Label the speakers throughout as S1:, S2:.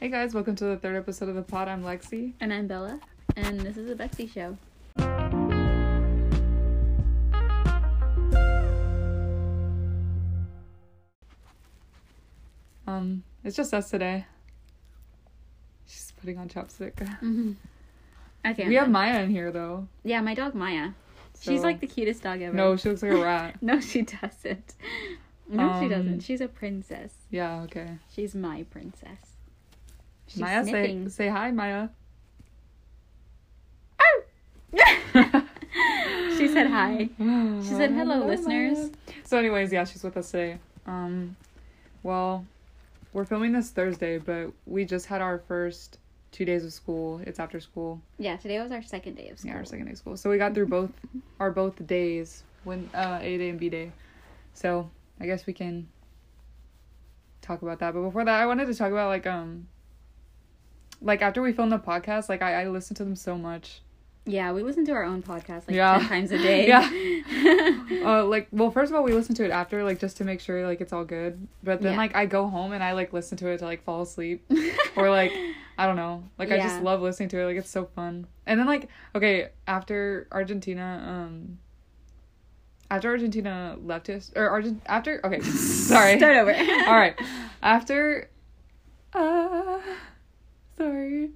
S1: Hey guys, welcome to the third episode of the pod. I'm Lexi.
S2: And I'm Bella, and this is the Bexy Show.
S1: Um, it's just us today. She's putting on chapstick.
S2: Okay.
S1: Mm-hmm. We have Maya in here though.
S2: yeah, my dog Maya. She's
S1: so-
S2: like the cutest dog ever.
S1: No, she looks like a rat.
S2: No, she doesn't. No, she
S1: Um,
S2: doesn't. She's a princess.
S1: Yeah, okay.
S2: She's my princess. She's
S1: Maya,
S2: sniffing.
S1: say say hi, Maya.
S2: she said hi. She said hello, listeners.
S1: So, anyways, yeah, she's with us today. Um, well, we're filming this Thursday, but we just had our first two days of school. It's after school.
S2: Yeah, today was our second day of school.
S1: Yeah, our second day of school. So we got through both our both days when uh A day and B day. So I guess we can talk about that. But before that I wanted to talk about like um like after we filmed the podcast, like I, I listened to them so much.
S2: Yeah, we listen to our own podcast like
S1: Yeah.
S2: 10 times a day.
S1: Yeah. Uh like well first of all we listened to it after like just to make sure like it's all good. But then
S2: Yeah.
S1: like I go home and I like listen to it to like fall asleep. or like I don't know. Like I just
S2: Yeah.
S1: love listening to it. Like it's so fun. And then like okay, after Argentina, um after Argentina left us or Argent after okay, sorry.
S2: Start over.
S1: All right. After uh sorry.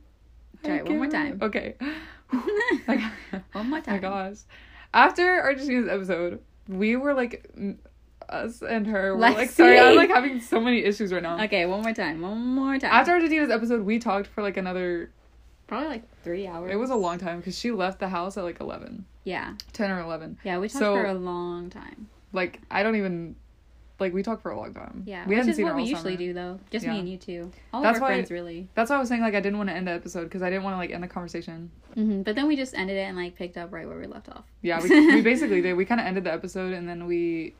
S2: Try
S1: I
S2: it one more
S1: can't-
S2: time.
S1: Okay.
S2: One more
S1: Oh my
S2: time.
S1: gosh. After Argentina's episode, we were like m- us and her were like
S2: Lexi.
S1: sorry, I'm like having so many issues right now.
S2: Okay, one more time. One more time.
S1: After Argentina's episode, we talked for like another
S2: probably like three hours.
S1: It was a long time because she left the house at like 11,
S2: Yeah.
S1: 10 or 11.
S2: Yeah, we talked
S1: So-
S2: for a long time.
S1: Like, I don't even, like, we talked for a long time.
S2: Yeah,
S1: We
S2: which
S1: hadn't
S2: is
S1: seen
S2: what
S1: her all
S2: we usually
S1: summer.
S2: do though. Just
S1: Yeah.
S2: me and you two. All
S1: That's
S2: of our
S1: why-
S2: friends really.
S1: That's why I was saying, like, I didn't want to end the episode because I didn't want to, like, end the conversation.
S2: hmm But then we just ended it and like picked up right where we left off.
S1: Yeah, we, we basically did. We kind of ended the episode and then we.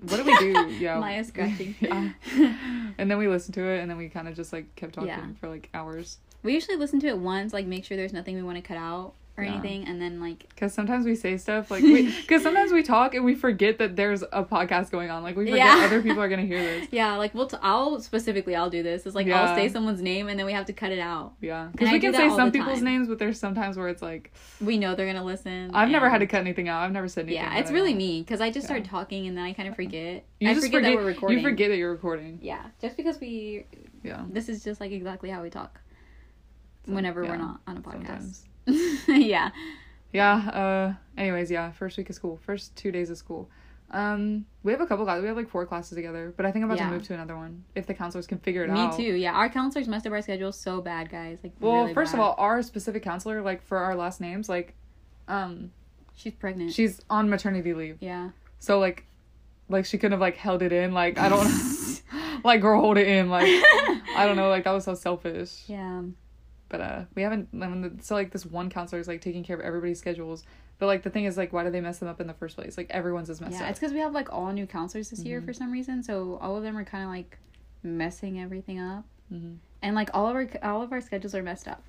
S1: What did we do? Yeah.
S2: Maya scratching.
S1: Oh. yeah. And then we listened to it and then we kind of just, like, kept talking
S2: Yeah.
S1: for, like, hours.
S2: We usually listen to it once, like make sure there's nothing we want to cut out or
S1: Yeah.
S2: anything, and then like
S1: Because sometimes we say stuff, like, because sometimes we talk and we forget that there's a podcast going on. Like, we forget
S2: Yeah.
S1: other people are going to hear this.
S2: yeah, like we'll. T- I'll specifically I'll do this. It's like
S1: Yeah.
S2: I'll say someone's name and then we have to cut it out.
S1: Yeah, because
S2: I
S1: we
S2: do
S1: can
S2: that
S1: say
S2: all
S1: some
S2: the
S1: people's
S2: time.
S1: names, but there's sometimes where it's like
S2: We know they're gonna listen.
S1: I've never had to
S2: and-
S1: cut anything out. I've never said anything.
S2: Yeah,
S1: that
S2: it's
S1: I
S2: really
S1: don't-
S2: me because I just
S1: Yeah.
S2: start talking and then I kind of forget.
S1: You
S2: I
S1: just
S2: forget,
S1: forget,
S2: that we're recording.
S1: You forget that you're recording.
S2: Yeah, just because we.
S1: Yeah,
S2: This is just like exactly how we talk.
S1: Some-
S2: Whenever
S1: yeah,
S2: we're not on a podcast.
S1: sometimes.
S2: yeah.
S1: Yeah. Uh. Anyways, yeah. First week of school. First two days of school. Um. We have a couple classes. We have like four classes together, but I think I'm about
S2: Yeah.
S1: to move to another one if the counselors can figure it
S2: Me
S1: out.
S2: too. Yeah, our counselors messed up our schedule so bad, guys. Like,
S1: Well,
S2: really
S1: first of
S2: bad.
S1: all, our specific counselor, like for our last names, like, um,
S2: she's pregnant.
S1: she's on maternity leave,
S2: yeah,
S1: so like, like she couldn't have like held it in. Like I don't. like girl hold it in like i don't know like that was so selfish
S2: yeah,
S1: but uh we haven't I mean, so like this one counselor is like taking care of everybody's schedules but like the thing is like why do they mess them up in the first place like everyone's is messed
S2: yeah.
S1: up
S2: It's because we have like all new counselors this
S1: Mm-hmm.
S2: year for some reason, so all of them are kind of like messing everything up,
S1: Mhm.
S2: and like all of our all of our schedules are messed up,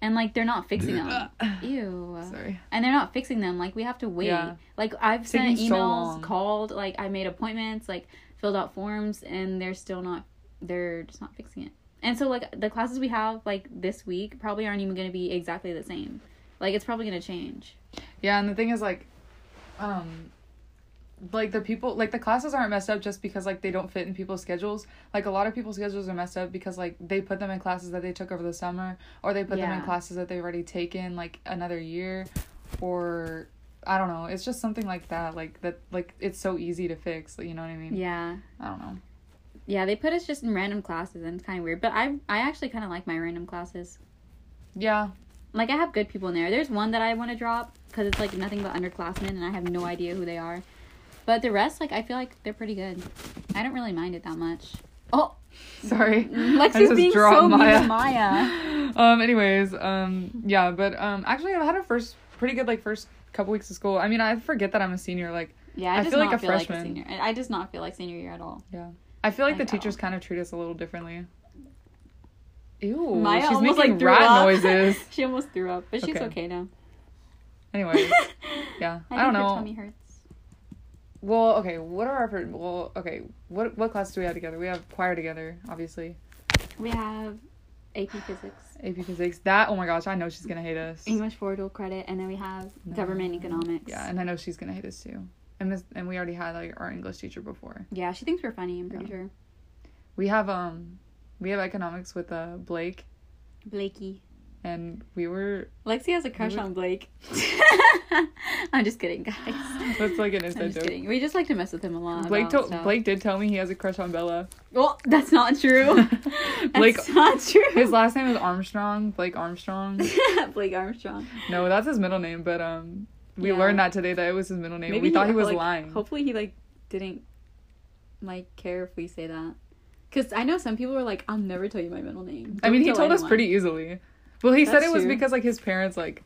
S2: and like they're not fixing them.
S1: Uh.
S2: Ew.
S1: sorry
S2: And they're not fixing them. Like we have to wait.
S1: Yeah.
S2: Like I've
S1: Taking
S2: sent
S1: so
S2: emails,
S1: long.
S2: called, like I made appointments, like filled out forms, and they're still not. They're just not fixing it. And so like the classes we have like this week probably aren't even going to be exactly the same. Like it's probably going to change.
S1: yeah and the thing is like um like the people like the classes aren't messed up just because like they don't fit in people's schedules like a lot of people's schedules are messed up because like they put them in classes that they took over the summer or they put them in
S2: Yeah.
S1: classes that they've already taken like another year or i don't know it's just something like that like that like it's so easy to fix you know what i mean
S2: Yeah.
S1: i don't know
S2: Yeah, they put us just in random classes and it's kind of weird, but I I actually kind of like my random classes.
S1: yeah
S2: Like I have good people in there. There's one that I want to drop cuz it's like nothing but underclassmen and I have no idea who they are. But the rest like I feel like they're pretty good. I don't really mind it that much. Oh,
S1: sorry I
S2: Mm, Lexi's
S1: just
S2: being
S1: dropped
S2: so mean
S1: Maya.
S2: to Maya.
S1: um anyways um yeah but um actually i've had a first pretty good like first couple weeks of school i mean i forget that i'm a senior like
S2: Yeah, I,
S1: I
S2: just
S1: feel like
S2: not
S1: a
S2: feel
S1: freshman.
S2: like a senior. I I just not feel like senior year at all.
S1: yeah i feel like
S2: I
S1: the
S2: know.
S1: teachers kind of treat us a little differently ew
S2: Maya
S1: she's
S2: almost
S1: making
S2: like threw
S1: rat
S2: up.
S1: noises
S2: she almost threw up, but she's
S1: Okay.
S2: okay, now.
S1: anyways yeah i, don't
S2: think
S1: know
S2: Her tummy hurts.
S1: well okay what are our fir- well okay what what class do we have together we have choir together obviously
S2: We have AP Physics,
S1: AP Physics. That, oh my gosh, I know she's gonna hate us.
S2: English for dual credit, and then we have government economics.
S1: Yeah, and I know she's gonna hate us too. And this, and we already had like our English teacher before.
S2: Yeah, she thinks we're funny. I'm pretty
S1: Yeah.
S2: sure.
S1: We have um, we have economics with uh Blake,
S2: Blakey.
S1: and we were
S2: Lexi has a crush
S1: would-
S2: on Blake. I'm just kidding, guys.
S1: that's like an
S2: I'm
S1: inside
S2: just
S1: joke.
S2: kidding. We just like to mess with him a lot.
S1: Blake
S2: about
S1: told
S2: stuff.
S1: Blake did tell me he has a crush on Bella.
S2: Well, that's not true.
S1: Blake-
S2: that's not true.
S1: His last name is Armstrong. Blake Armstrong.
S2: Blake Armstrong.
S1: No, that's his middle name, but um we
S2: Yeah.
S1: learned that today that it was his middle name. we thought he, was
S2: like,
S1: lying.
S2: Hopefully, he like didn't like care if we say that. Cause I know some people were like, "I'll never tell you my middle name."
S1: I mean,
S2: Don't
S1: he
S2: tell
S1: told us
S2: anyone."
S1: pretty easily. Well, he said
S2: That's
S1: it was
S2: true.
S1: because like his parents like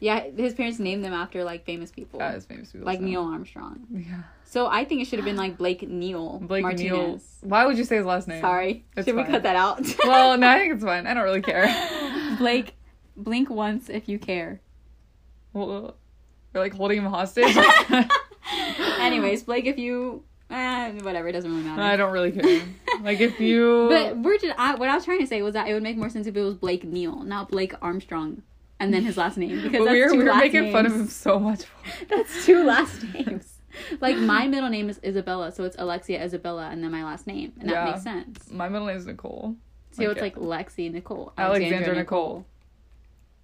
S2: Yeah, his parents named them after like famous people,
S1: got uh, his famous people.
S2: like
S1: so-
S2: Neil Armstrong.
S1: Yeah.
S2: So I think it should have been like Blake Neil
S1: Blake Neil.
S2: Martinez.
S1: Why would you say his last name?
S2: Sorry,
S1: It's
S2: should we
S1: fine.
S2: cut that out?
S1: Well, no, I think it's fine. I don't really care.
S2: Blake, blink once if you care.
S1: Well, we're like holding him hostage.
S2: Anyways, Blake, if you, eh, whatever, it doesn't really matter.
S1: I don't really care. Like if you
S2: But where did I? What I was trying to say was that it would make more sense if it was Blake Neal, not Blake Armstrong, and then his last name because
S1: But
S2: that's
S1: we were,
S2: two
S1: we were
S2: last
S1: making
S2: names.
S1: fun of him so much. For it.
S2: That's two last names. Like my middle name is Isabella, so it's Alexia Isabella, and then my last name, and that
S1: Yeah.
S2: makes sense.
S1: My middle name is Nicole.
S2: So
S1: Like,
S2: it's like Lexi Nicole,
S1: Alexandra,
S2: Nicole.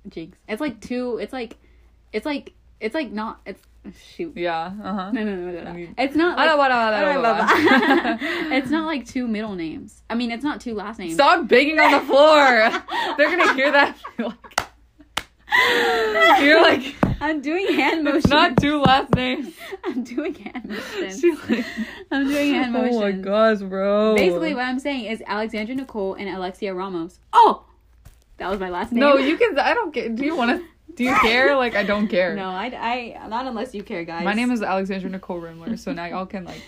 S1: Nicole.
S2: Jinx. It's like two. It's like, it's like, it's like not. It's shoot.
S1: Yeah. Uh huh.
S2: No, no, no, no,
S1: I
S2: no.
S1: mean-
S2: It's not.
S1: I
S2: Like,
S1: don't want
S2: blah, blah,
S1: to.
S2: blah. it's not like two middle names. I mean, it's not two last names.
S1: Stop banging on the floor. They're gonna hear that. You're like,
S2: I'm doing hand
S1: it's
S2: motions.
S1: not two last names.
S2: I'm doing hand motions.
S1: She like,
S2: I'm doing hand motions.
S1: Oh my gosh, bro.
S2: Basically, what I'm saying is Alexandra Nicole and Alexia Ramos. Oh, that was my last name.
S1: no, you can. I don't care. Do you want to? Do you care? Like, I don't care.
S2: No, I, I not unless you care, guys.
S1: My name is Alexandra Nicole Rimler, so now y'all can like.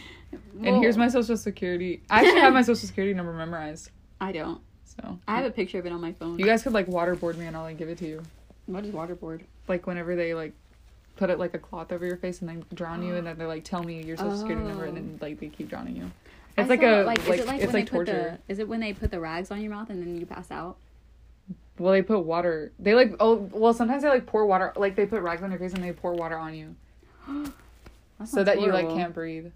S2: Well,
S1: And here's my social security. I actually have my social security number memorized,
S2: I don't.
S1: so
S2: I have a picture of it on my phone.
S1: you guys could like waterboard me and I'll like give it to you.
S2: what is waterboard?
S1: Like whenever they like put it like a cloth over your face and then drown you, and then they're like, "Tell me your social security number," and then like they keep drowning you. It's
S2: I
S1: like
S2: saw,
S1: a like,
S2: is it like
S1: it's like
S2: when they put
S1: torture.
S2: The, is it when they put the rags on your mouth and then you pass out?
S1: Well, they put water. They like oh well. Sometimes they like pour water. Like they put rags on your face and they pour water on you
S2: That
S1: so
S2: sounds
S1: that you like
S2: horrible.
S1: can't breathe.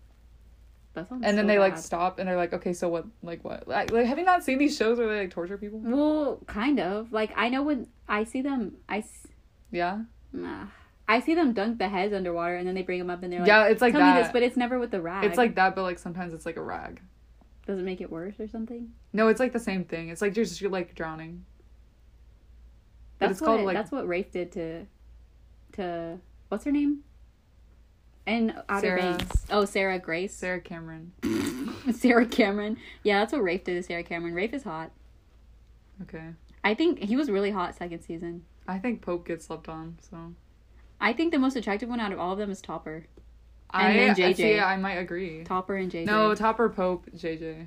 S2: That sounds
S1: And then
S2: so
S1: they like
S2: bad.
S1: stop and they're like, okay, so what? Like what? Like, like have you not seen these shows where they like torture people?
S2: Well, kind of. Like I know when I see them, I s-
S1: Yeah,
S2: nah. I see them dunk the heads underwater and then they bring them up and they're like,
S1: yeah. It's like
S2: tell me
S1: that.
S2: this, but it's never with the rag.
S1: it's like that, but like sometimes it's like a rag.
S2: does it make it worse or something?
S1: No, it's like the same thing. It's like you're just you're like drowning. But
S2: That's
S1: it's
S2: what
S1: called, like-
S2: that's what Rafe did to to what's her name? And Outer
S1: Sarah-
S2: Banks. Oh, Sarah Grace. Sarah.
S1: Sarah Cameron.
S2: Cameron. Yeah, that's what Rafe did to Sarah Cameron. Rafe is hot.
S1: Okay,
S2: I think he was really hot second season.
S1: I think Pope gets slept on. So
S2: I think the most attractive one out of all of them is Topper.
S1: I
S2: then
S1: I
S2: JJ.
S1: see. I might agree.
S2: Topper and JJ.
S1: No, Topper Pope JJ.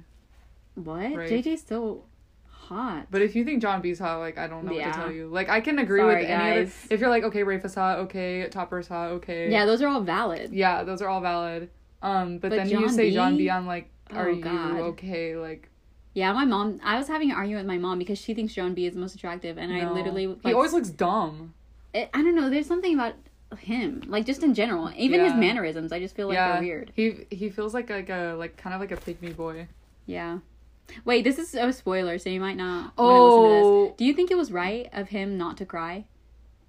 S2: what?
S1: Rafe.
S2: JJ's so hot.
S1: But if you think John B's hot, like I don't know what
S2: Yeah.
S1: to tell you. Like I can agree
S2: Sorry,
S1: with any other.
S2: guys.
S1: If you're like okay, Rafe is hot. Okay, Topper's hot. Okay.
S2: yeah, those are all valid.
S1: Yeah, those are all valid. Um, but,
S2: But
S1: then
S2: John
S1: you say
S2: B?
S1: John B, I'm like, are
S2: Oh,
S1: you
S2: God.
S1: okay? Like,
S2: Yeah, my mom. I was having an argument with my mom because she thinks John B is the most attractive, and I
S1: no.
S2: literally like,
S1: he always looks dumb.
S2: it, I don't know. There's something about him, like just in general, even his
S1: Yeah.
S2: mannerisms. I just feel like
S1: yeah,
S2: they're weird.
S1: He he feels like like a like kind of like a pygmy boy.
S2: Yeah. Wait, this is a spoiler, so you might not. wanna listen to
S1: Oh,
S2: this. Do you think it was right of him not to cry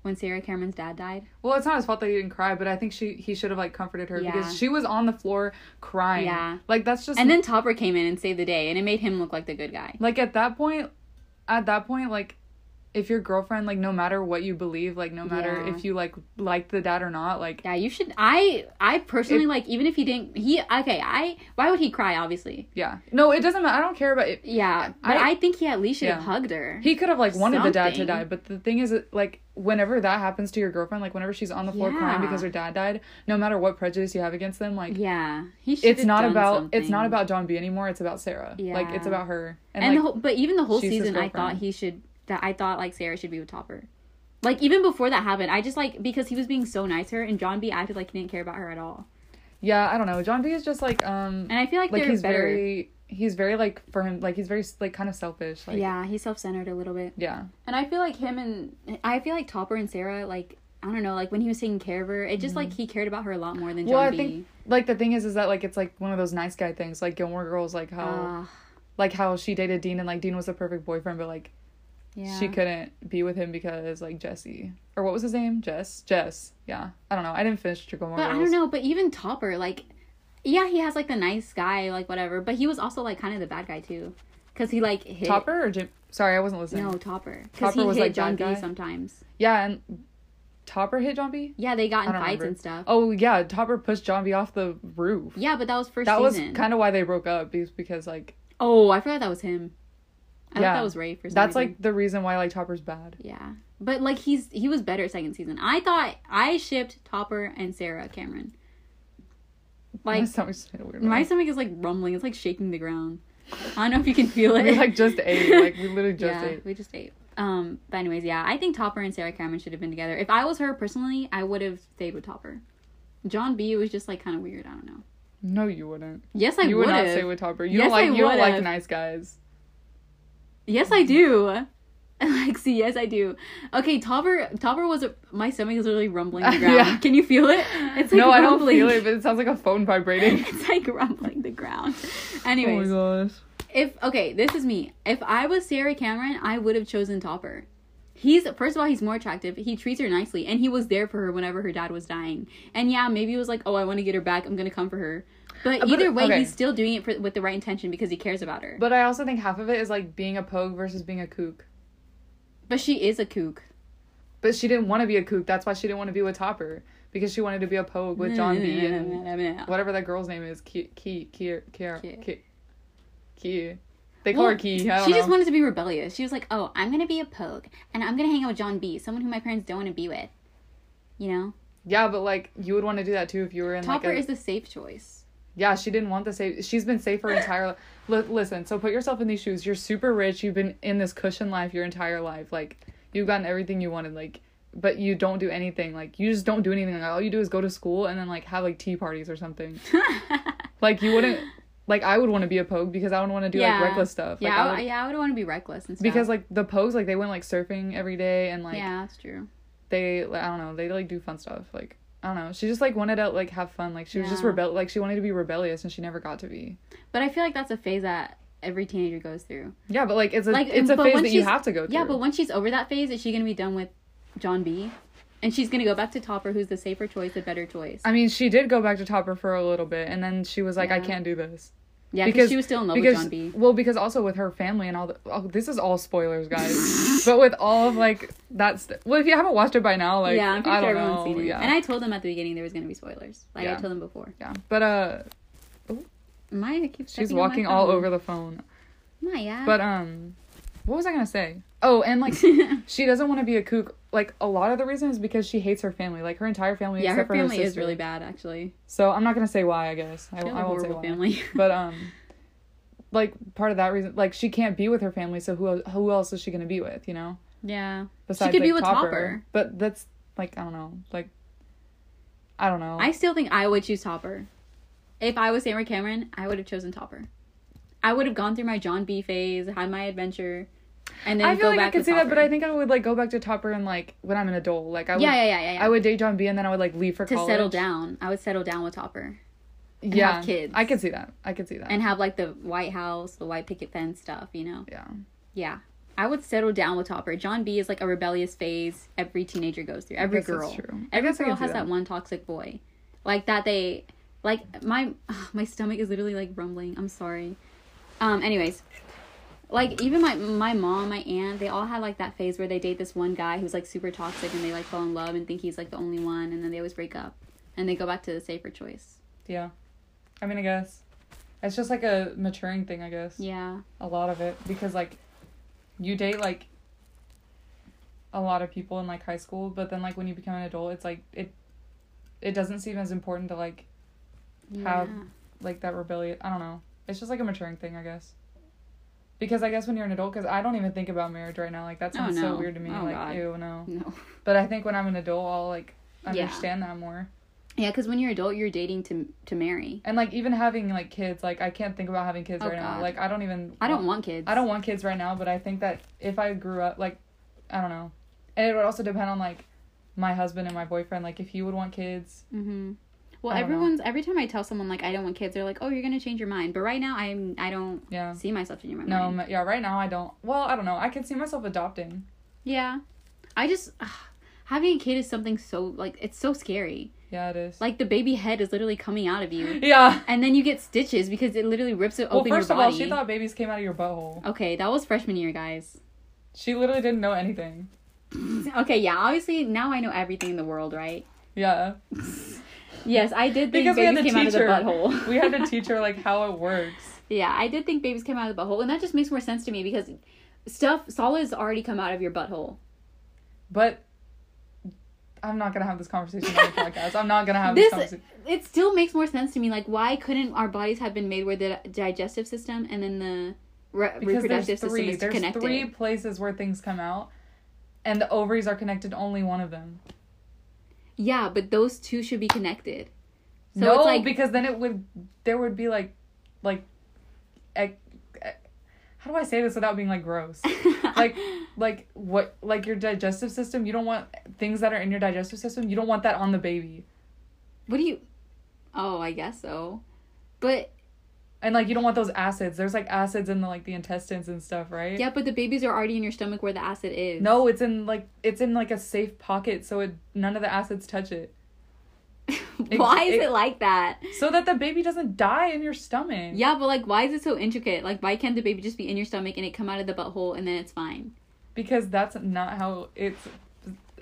S2: when Sarah Cameron's dad died?
S1: well, it's not his fault that he didn't cry, but I think she he should have like comforted her
S2: Yeah.
S1: because she was on the floor crying.
S2: Yeah.
S1: like that's just
S2: And then Topper came in and saved the day, and it made him look like the good guy.
S1: like at that point, at that point, like if your girlfriend like no matter what you believe, like no matter
S2: Yeah.
S1: if you like liked the dad or not, like
S2: Yeah, you should. I I personally like even if he didn't. He okay. I why would he cry? Obviously.
S1: yeah, no, it doesn't matter. I don't care about it.
S2: Yeah, but I,
S1: I-
S2: think he at least should have
S1: Yeah.
S2: hugged her.
S1: He could have like wanted the dad to
S2: Something.
S1: die, but the thing is, that, like, whenever that happens to your girlfriend, like, whenever she's on the floor crying
S2: Yeah.
S1: because her dad died, no matter what prejudice you have against them, like,
S2: yeah, he should.
S1: it's not about it's not about John B anymore. It's about Sarah. Like,
S2: Yeah.
S1: it's about her.
S2: and,
S1: And, like,
S2: the whole, but even the whole
S1: she's his
S2: season, I thought
S1: girlfriend.
S2: he should. That I thought like Sarah should be with Topper. Like even before that happened, I just like because he was being so nice to her, and John B acted like he didn't care about her at all.
S1: yeah, I don't know. John B is just like, um,
S2: And I feel like,
S1: like
S2: they're
S1: he's
S2: better.
S1: very he's very like for him like he's very like kind of selfish like
S2: yeah, he's self centered a little bit.
S1: yeah
S2: And I feel like him and I feel like Topper and Sarah, like I don't know, like when he was taking care of her, it just like he cared about her a lot more than
S1: Mm-hmm.
S2: John
S1: well i
S2: B.
S1: think like the thing is is that like it's like one of those nice guy things like gilmore girls like how
S2: Ah,
S1: like how she dated dean and like dean was the perfect boyfriend but like
S2: yeah.
S1: she couldn't be with him because like jesse or what was his name jess jess yeah i don't know i didn't finish gilmore
S2: But I
S1: girls
S2: don't know. But even Topper, like, yeah, he has like the nice guy, like whatever. But he was also like kind of the bad guy too, because he like hit
S1: topper or jim sorry i wasn't listening
S2: No, Topper. Because
S1: Topper
S2: he
S1: was,
S2: hit
S1: like, bad
S2: John B.
S1: guy?
S2: sometimes.
S1: yeah and topper hit john b
S2: Yeah, they got in
S1: I don't
S2: fights
S1: remember.
S2: and stuff.
S1: oh yeah topper pushed john b off the roof
S2: Yeah, but that was first
S1: that
S2: season.
S1: was kind of why they broke up because, because like
S2: Oh, I forgot that was him. I
S1: Yeah.
S2: thought that was Ray for some
S1: that's
S2: reason.
S1: like the reason why like topper's bad
S2: Yeah. But like he's he was better second season. I thought I shipped Topper and Sarah Cameron.
S1: my
S2: Like
S1: stomach's in a weird
S2: my
S1: way.
S2: stomach is like rumbling. It's like shaking the ground. I don't know if you can feel it.
S1: we like just ate like we literally just
S2: yeah,
S1: ate
S2: we just ate. Um, but anyways, yeah, I think Topper and Sarah Cameron should have been together. If I was her personally, I would have stayed with Topper. John B was just like kind of weird. I don't know.
S1: no you wouldn't
S2: Yes, I
S1: you
S2: would
S1: would not
S2: have.
S1: stay with topper you
S2: Yes,
S1: don't
S2: I
S1: like you don't like
S2: would've.
S1: nice guys
S2: Yes, I do. Alexi, yes, I do. Okay, Topper. Topper was a, my stomach is literally rumbling the ground.
S1: Yeah.
S2: Can you feel it? It's like
S1: no i don't
S2: rumbling.
S1: feel it but it sounds like a phone vibrating
S2: It's like rumbling the ground.
S1: oh my
S2: Anyways,
S1: gosh
S2: if okay, this is me. If I was Sarah Cameron, I would have chosen Topper. He's first of all, he's more attractive. He treats her nicely, and he was there for her whenever her dad was dying. And yeah, maybe it was like, oh, I want to get her back. I'm gonna come for her. But
S1: Uh, but-
S2: either way,
S1: okay.
S2: he's still doing it for, with the right intention because he cares about her. But,
S1: but i also think half of it is like being a pogue versus being a kook
S2: she is a kook.
S1: but she didn't want to be a kook that's why she didn't want to be with topper because she wanted to be a pogue with john b and
S2: Mm-hmm.
S1: whatever that girl's name is key key key
S2: Ki.
S1: key key they call her
S2: Well,
S1: key I don't
S2: She just
S1: know.
S2: wanted to be rebellious. She was like, "Oh, I'm gonna be a pogue, and I'm gonna hang out with John B, someone who my parents don't want to be with." You know,
S1: yeah but like you would want to do that too if you were in
S2: Topper
S1: like a,
S2: is the safe choice.
S1: Yeah, she didn't want the safe. She's been safe her entire life. L- listen, so put yourself in these shoes. You're super rich. You've been in this cushion life your entire life. Like, you've gotten everything you wanted. Like, but you don't do anything. Like, you just don't do anything. Like, all you do is go to school and then, like, have, like, tea parties or something. like, you wouldn't. Like, I would want to be a pogue because I would want to do,
S2: Yeah.
S1: like, reckless stuff. Like,
S2: yeah, I
S1: I would,
S2: would, yeah, I would want to be reckless and stuff.
S1: because, like, the pogues, like, they went, like, surfing every day and, like,
S2: yeah, that's true.
S1: they like, I don't know, they like do fun stuff. Like I don't know. She just like wanted to like have fun. Like she was just
S2: Yeah.
S1: rebel like she wanted to be rebellious and she never got to be.
S2: But I feel like that's a phase that every teenager goes through.
S1: Yeah, but like it's a
S2: Like,
S1: it's a
S2: but
S1: phase
S2: when
S1: that you
S2: she's-
S1: have to go through.
S2: Yeah, but once she's over that phase, is she gonna be done with John B? And she's gonna go back to Topper, who's the safer choice, the better choice.
S1: I mean, she did go back to Topper for a little bit and then she was like, I
S2: Yeah.
S1: can't do this.
S2: yeah, because she was still in love
S1: because-
S2: with John B.
S1: Well, because also with her family and all the oh, this is all spoilers, guys. but with all of like that's well, if you haven't watched it by now, like
S2: yeah, I'm pretty
S1: I
S2: sure
S1: don't
S2: everyone's
S1: know.
S2: seen it.
S1: Yeah.
S2: And I told them at the beginning there was gonna be spoilers. Like I
S1: Yeah.
S2: told them before.
S1: yeah. But uh
S2: Maya keeps.
S1: she's
S2: stepping on my
S1: walking all
S2: phone.
S1: over the phone.
S2: Maya.
S1: But um what was I gonna say? Oh, and like she doesn't want to be a kook. Like a lot of the reason is because she hates her family, like her entire family.
S2: yeah,
S1: uh,
S2: her
S1: except for
S2: family is
S1: sister.
S2: really bad. Actually,
S1: So I'm not gonna say why. I guess I,
S2: I, have
S1: I
S2: a
S1: won't say
S2: horrible
S1: why.
S2: family.
S1: But um, like part of that reason, like she can't be with her family. So who el- who else is she gonna be with? You know,
S2: yeah,
S1: besides
S2: could be
S1: like,
S2: with
S1: Topper.
S2: Topper.
S1: But that's like I don't know. Like I don't know.
S2: I still think I would choose Topper. If I was Sarah Cameron, I would have chosen Topper. I would have gone through my John B phase, had my adventure, and then
S1: I feel
S2: go
S1: like
S2: back
S1: I could
S2: with
S1: say that, but I
S2: Topper.
S1: think I would like go back to Topper and like when I'm an adult, like I would.
S2: yeah, yeah, yeah, yeah, yeah.
S1: I would date John B and then I would like leave for
S2: to
S1: college
S2: settle down. I would settle down with Topper
S1: Yeah,
S2: have kids.
S1: I could see that. I could see that.
S2: and have like the White House, the white picket fence stuff. You know,
S1: yeah.
S2: yeah. I would settle down with Topper. John B is like a rebellious phase every teenager goes through. Every
S1: guess that's
S2: girl,
S1: true. I
S2: every
S1: guess I
S2: girl
S1: can see
S2: has that.
S1: that.
S2: one toxic boy, like that they, like my my stomach is literally like rumbling. I'm sorry. Um. Anyways, like even my my mom, my aunt, they all had like that phase where they date this one guy who's like super toxic and they like fall in love and think he's like the only one and then they always break up and they go back to the safer choice.
S1: Yeah. I mean, I guess. It's just like a maturing thing, I guess.
S2: Yeah.
S1: A lot of it. Because, like, you date, like, a lot of people in, like, high school, but then, like, when you become an adult, it's like, it it doesn't seem as important to, like,
S2: Yeah.
S1: Have- like that rebellion. I don't know. It's just like a maturing thing, I guess. Because I guess when you're an adult, because I don't even think about marriage right now. Like, that
S2: Oh,
S1: sounds
S2: no.
S1: so weird to me.
S2: Oh,
S1: like,
S2: God.
S1: ew, no.
S2: No.
S1: But I think when I'm an adult, I'll, like,
S2: Yeah.
S1: understand that more.
S2: Yeah, because when you're adult, you're dating to to marry.
S1: And like even having like kids, like I can't think about having kids
S2: Oh,
S1: right now.
S2: God.
S1: Like I don't even
S2: I don't want kids.
S1: I don't want kids right now, but I think that if I grew up like I don't know. And it would also depend on like my husband and my boyfriend, like if he would want kids.
S2: hmm Well,
S1: I don't know.
S2: everyone's every time I tell someone like I don't want kids, they're like, "Oh, you're gonna change your mind." But right now, I'm I don't
S1: Yeah.
S2: see myself changing my
S1: No,
S2: mind.
S1: m- yeah, right now I don't. Well, I don't know. I can see myself adopting.
S2: Yeah, I just ugh, having a kid is something so like it's so scary.
S1: Yeah, it is.
S2: Like the baby head is literally coming out of you,
S1: yeah.
S2: and then you get stitches because it literally rips it
S1: Well,
S2: open
S1: first
S2: your
S1: of
S2: body.
S1: all, she thought babies came out of your butthole.
S2: okay, that was freshman year, guys.
S1: She literally didn't know anything.
S2: okay, yeah. Obviously, now I know everything in the world, right?
S1: Yeah.
S2: Yes, I did think
S1: Because we had
S2: babies
S1: the
S2: came out of the
S1: teacher.
S2: butthole.
S1: We had to teach her like how it works.
S2: Yeah, I did think babies came out of the butthole, and that just makes more sense to me because stuff solids already come out of your butthole.
S1: But I'm not gonna have this conversation on the podcast. I'm not gonna have this,
S2: This
S1: conversation.
S2: it still makes more sense to me. Like, why couldn't our bodies have been made where the digestive system and then the re-
S1: Because there's
S2: reproductive system
S1: three
S2: is
S1: there's
S2: connected?
S1: three places where things come out and the ovaries are connected to only one of them.
S2: Yeah, but those two should be connected. So
S1: no,
S2: it's like
S1: because then it would there would be like like ec- ec- how do I say this without being like gross? like like what like your digestive system, you don't want things that are in your digestive system, you don't want that on the baby.
S2: what do you? Oh, I guess so. But
S1: And like you don't want those acids. There's like acids in the like the intestines and stuff, right?
S2: yeah, but the babies are already in your stomach where the acid is.
S1: No, it's in like it's in like a safe pocket so it none of the acids touch it.
S2: why is
S1: it-
S2: it, like that?
S1: So that the baby doesn't die in your stomach.
S2: Yeah, but like, why is it so intricate? Like, why can't the baby just be in your stomach and it come out of the butthole and then it's fine?
S1: Because that's not how it's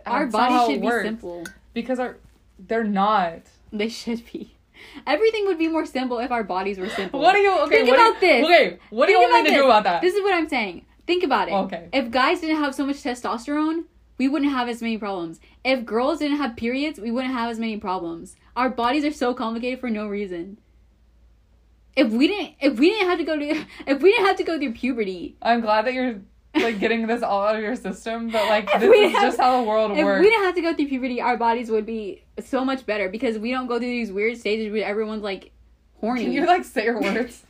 S2: Our
S1: that's not how
S2: body
S1: it
S2: should be
S1: works.
S2: simple.
S1: Because our they're not.
S2: They should be. Everything would be more simple if our bodies were simple.
S1: What do you okay?
S2: Think
S1: what do you-
S2: about this.
S1: Okay, what do you
S2: Think
S1: want me to
S2: about
S1: do about that?
S2: This is what I'm saying. Think about it.
S1: Okay.
S2: If guys didn't have so much testosterone, we wouldn't have as many problems. If girls didn't have periods, we wouldn't have as many problems. Our bodies are so complicated for no reason. If we didn't, if we didn't have to go to, if we didn't have to go through puberty,
S1: I'm glad that you're like getting this all out of your system, but like
S2: If
S1: this
S2: we
S1: is
S2: have-
S1: just how the world
S2: if
S1: works.
S2: we didn't have to go through puberty, our bodies would be so much better because we don't go through these weird stages where everyone's like
S1: Can
S2: horny,
S1: you like say your words?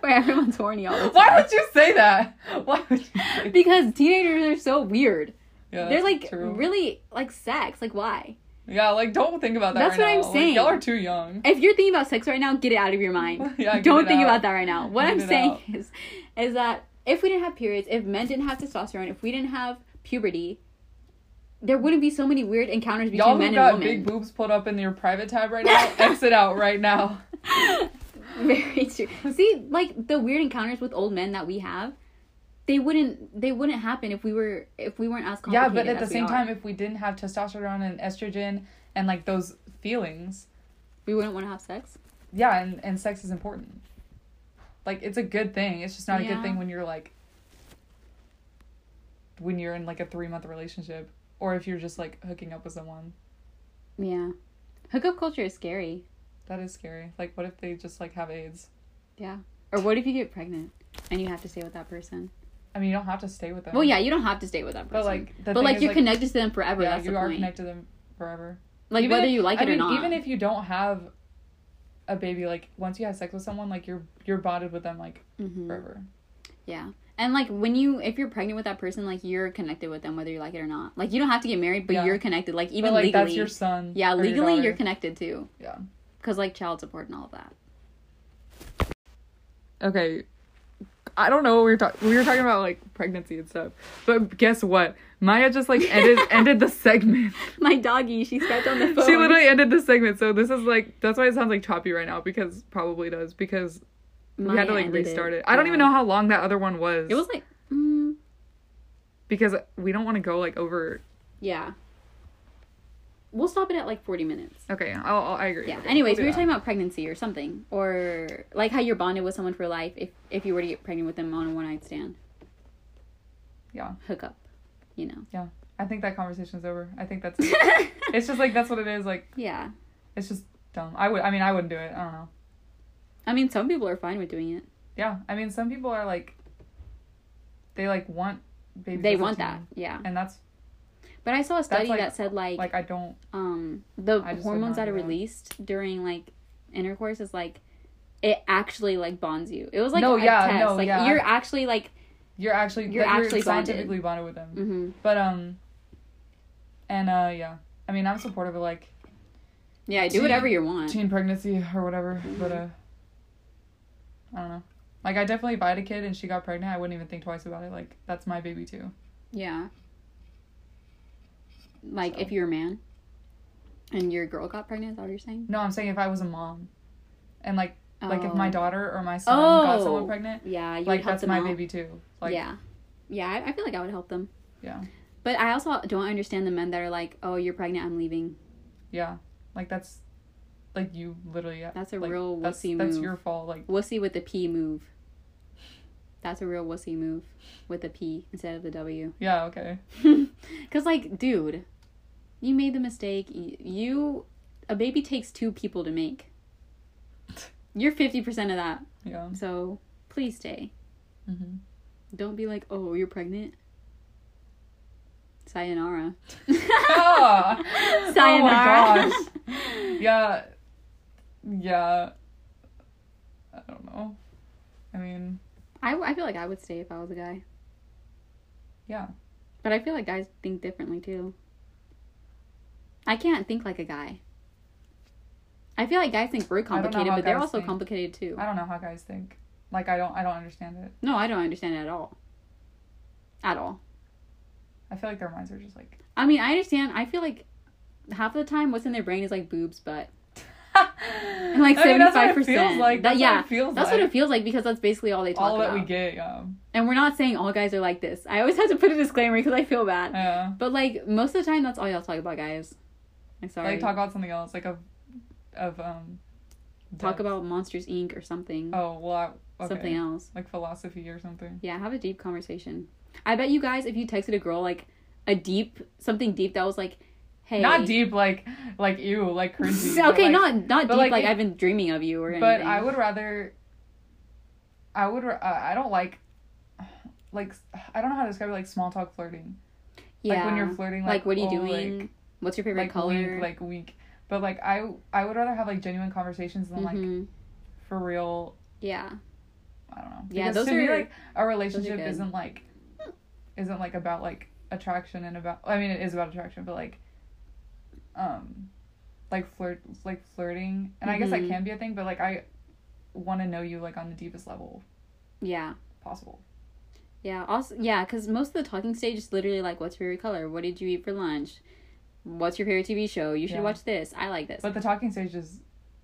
S2: where everyone's horny all the time.
S1: Why would you say that? Why would you? Say
S2: Because teenagers are so weird.
S1: Yeah,
S2: They're
S1: that's
S2: like
S1: true.
S2: really like sex. Like why?
S1: Yeah, like don't think about that.
S2: That's
S1: right
S2: what I'm
S1: now. Like,
S2: saying.
S1: y'all are too young.
S2: If you're thinking about sex right now, get it out of your mind.
S1: Yeah, get
S2: Don't
S1: it
S2: think
S1: out.
S2: about that right now. What
S1: Get
S2: I'm
S1: it
S2: saying
S1: out.
S2: is, is that if we didn't have periods, if men didn't have testosterone, if we didn't have puberty, there wouldn't be so many weird encounters between
S1: Y'all who
S2: men
S1: got
S2: and women.
S1: big boobs pulled up in your private tab right now, exit out right now.
S2: Very true. See, like the weird encounters with old men that we have, they wouldn't they wouldn't happen if we were if we weren't as
S1: Yeah,
S2: complicated.
S1: but at the
S2: as we
S1: same
S2: are.
S1: time, if we didn't have testosterone and estrogen and like those feelings,
S2: we wouldn't want to have sex.
S1: yeah, and, and sex is important. Like it's a good thing. It's just not a
S2: Yeah.
S1: good thing when you're like when you're in like a three month relationship or if you're just like hooking up with someone.
S2: Yeah, hookup culture is scary.
S1: That is scary. Like what if they just like have AIDS?
S2: Yeah. Or what if you get pregnant and you have to stay with that person?
S1: I mean, you don't have to stay with them.
S2: Well, yeah, you don't have to stay with that person.
S1: But like the
S2: but
S1: thing
S2: like
S1: is,
S2: you're connected to them forever.
S1: Yeah,
S2: that's
S1: you
S2: the
S1: are
S2: point.
S1: connected to them forever.
S2: like
S1: Even
S2: whether
S1: if-
S2: you like
S1: I
S2: it
S1: mean,
S2: or not.
S1: Even if you don't have a baby, like once you have sex with someone, like you're you're bonded with them like
S2: Mhm.
S1: forever.
S2: yeah. And like when you, if you're pregnant with that person, like you're connected with them whether you like it or not. Like you don't have to get married, but
S1: Yeah.
S2: you're connected. Like
S1: Even
S2: even
S1: but, like
S2: legally,
S1: that's your son.
S2: yeah,
S1: or your
S2: legally
S1: daughter.
S2: you're connected too,
S1: yeah.
S2: because like child support and all of that.
S1: Okay. I don't know what we were talking. We were talking about like pregnancy and stuff, but guess what? Maya just like ended ended the segment.
S2: My doggy, she scratched on the phone.
S1: She literally ended the segment. So this is like that's why it sounds like choppy right now because probably does because we had to like restart it. I don't even know how long that other one was.
S2: It was like, mm,
S1: because we don't want to go like over.
S2: yeah. We'll stop it at like forty minutes.
S1: Okay, I'll, I'll I agree.
S2: Yeah.
S1: Okay,
S2: Anyways,
S1: we'll do
S2: we were
S1: that.
S2: talking about pregnancy or something, or like how you're bonded with someone for life if if you were to get pregnant with them on a one night stand,
S1: Yeah,
S2: hookup, you know.
S1: yeah. I think that conversation's over. I think that's. It. it's just like that's what it is. Like
S2: Yeah.
S1: it's just dumb. I would. I mean, I wouldn't do it. I don't know.
S2: I mean, some people are fine with doing it.
S1: Yeah. I mean, some people are like. They like want babies.
S2: they
S1: as a
S2: want
S1: teen,
S2: that. Yeah.
S1: and that's.
S2: But I saw a study
S1: like-
S2: that said like,
S1: Like I don't.
S2: um the
S1: I just would
S2: hormones
S1: not
S2: that are
S1: do that.
S2: released during like intercourse is like it actually like bonds you. It was like
S1: No,
S2: a
S1: yeah,
S2: test.
S1: no,
S2: like
S1: yeah.
S2: you're actually like
S1: You're actually
S2: You're
S1: like,
S2: actually bonded.
S1: scientifically bonded with them.
S2: hmm
S1: But um. And uh yeah, I mean I'm supportive of like
S2: yeah, do
S1: Teen-
S2: whatever you want.
S1: teen pregnancy or whatever, but uh. I don't know. Like I definitely, if I had a kid and she got pregnant, I wouldn't even think twice about it. Like that's my baby too.
S2: Yeah. Like
S1: So.
S2: if you're a man and your girl got pregnant, is that what you're saying?
S1: No, I'm saying if I was a mom, and like like if
S2: Oh.
S1: my daughter or my son got someone
S2: Oh.
S1: pregnant,
S2: Yeah, you
S1: like
S2: would help
S1: that's
S2: them
S1: my
S2: out.
S1: baby too. Like
S2: yeah. Yeah, I, I feel like I would help them.
S1: yeah,
S2: But I also don't understand the men that are like, "Oh, you're pregnant, I'm leaving."
S1: yeah. like that's like you literally.
S2: That's a
S1: like,
S2: real
S1: that's,
S2: wussy
S1: That's
S2: move.
S1: your fault. Like
S2: Wussy with the P move. That's a real wussy move with the P instead of the W.
S1: yeah, okay.
S2: Cuz like, dude, you made the mistake. Y- You a baby takes two people to make. You're 50% of that.
S1: Yeah.
S2: So, please stay. Mm-hmm.
S1: hmm
S2: Don't be like, "Oh, you're pregnant." Sayonara.
S1: Oh my
S2: Sayonara.
S1: Oh gosh. Yeah. Yeah. I don't know. I mean,
S2: I, I feel like I would stay if I was a guy.
S1: yeah.
S2: But I feel like guys think differently too. I can't think like a guy. I feel like guys think we're
S1: don't know
S2: complicated,
S1: how
S2: but they're
S1: guys
S2: also
S1: think.
S2: complicated too.
S1: I don't know how guys think. Like I don't. I don't understand it.
S2: No, I don't understand it at all. At all.
S1: I feel like their minds are just like.
S2: I mean, I understand. I feel like half the time what's in their brain is like boobs, but
S1: and
S2: like
S1: that's what it
S2: 75%.
S1: feels like.
S2: That-
S1: That's
S2: yeah,
S1: what it feels
S2: that's
S1: like.
S2: what it feels like because that's basically all they talk
S1: all that
S2: about.
S1: we get. Yeah.
S2: And we're not saying all guys are like this. I always have to put a disclaimer because I feel bad.
S1: Yeah.
S2: But like most of the time, that's all y'all talk about, guys. I'm sorry.
S1: Like talk about something else, like of, of um.
S2: talk
S1: depth.
S2: about Monsters Inc. or something,
S1: Oh well. I, okay.
S2: something else.
S1: Like philosophy or something.
S2: Yeah, have a deep conversation. I bet you guys, if you texted a girl like a deep something deep that was like, hey,
S1: Not deep, like like you, like cringy.
S2: okay,
S1: but, like-
S2: not not
S1: but,
S2: deep.
S1: like,
S2: Like,
S1: if-
S2: I've been dreaming of you or
S1: But
S2: anything.
S1: I would rather. I would. ra- Uh, I don't like. Like I don't know how to describe it, like small talk flirting.
S2: yeah.
S1: Like when you're flirting,
S2: like,
S1: like,
S2: what are you
S1: oh,
S2: doing?
S1: Like,
S2: What's your favorite
S1: like
S2: color?
S1: wink, like wink. But like I, I would rather have like genuine conversations than like
S2: Mhm.
S1: for real
S2: yeah,
S1: I don't know.
S2: Yeah,
S1: Because
S2: those
S1: to me,
S2: are-
S1: like a relationship
S2: good.
S1: isn't like isn't like about like attraction and about I mean it is about attraction, but like um like flirt like flirting. And I guess that
S2: Mhm.
S1: can be a thing, but like I wanna know you like on the deepest level
S2: yeah,
S1: possible.
S2: yeah. Also, yeah, because most of the talking stage is literally like, what's your favorite color? What did you eat for lunch? What's your favorite TV show? You should
S1: Yeah.
S2: watch this. I like this.
S1: But the talking stage is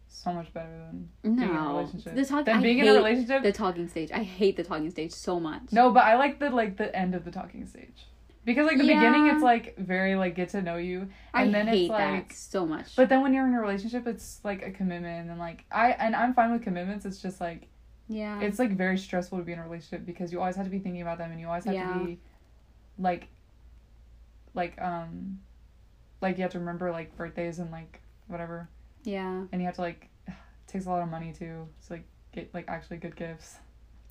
S1: so much better than being in a
S2: no,
S1: relationship.
S2: the talk-
S1: than
S2: I
S1: being in
S2: hate
S1: a relationship.
S2: the talking stage. I hate the talking stage so much.
S1: No, but I like the like the end of the talking stage. Because like the beginning
S2: Yeah.
S1: it's like very like get to know you
S2: I
S1: and then it's,
S2: hate
S1: like-
S2: that so much.
S1: But then when you're in a relationship, it's like a commitment, and like I and I'm fine with commitments. It's just like
S2: yeah,
S1: it's like very stressful to be in a relationship because you always have to be thinking about them, and you always have
S2: Yeah.
S1: to be like, like um, like you have to remember like birthdays and like whatever,
S2: yeah,
S1: and you have to like it takes a lot of money too. It's like get like actually good gifts.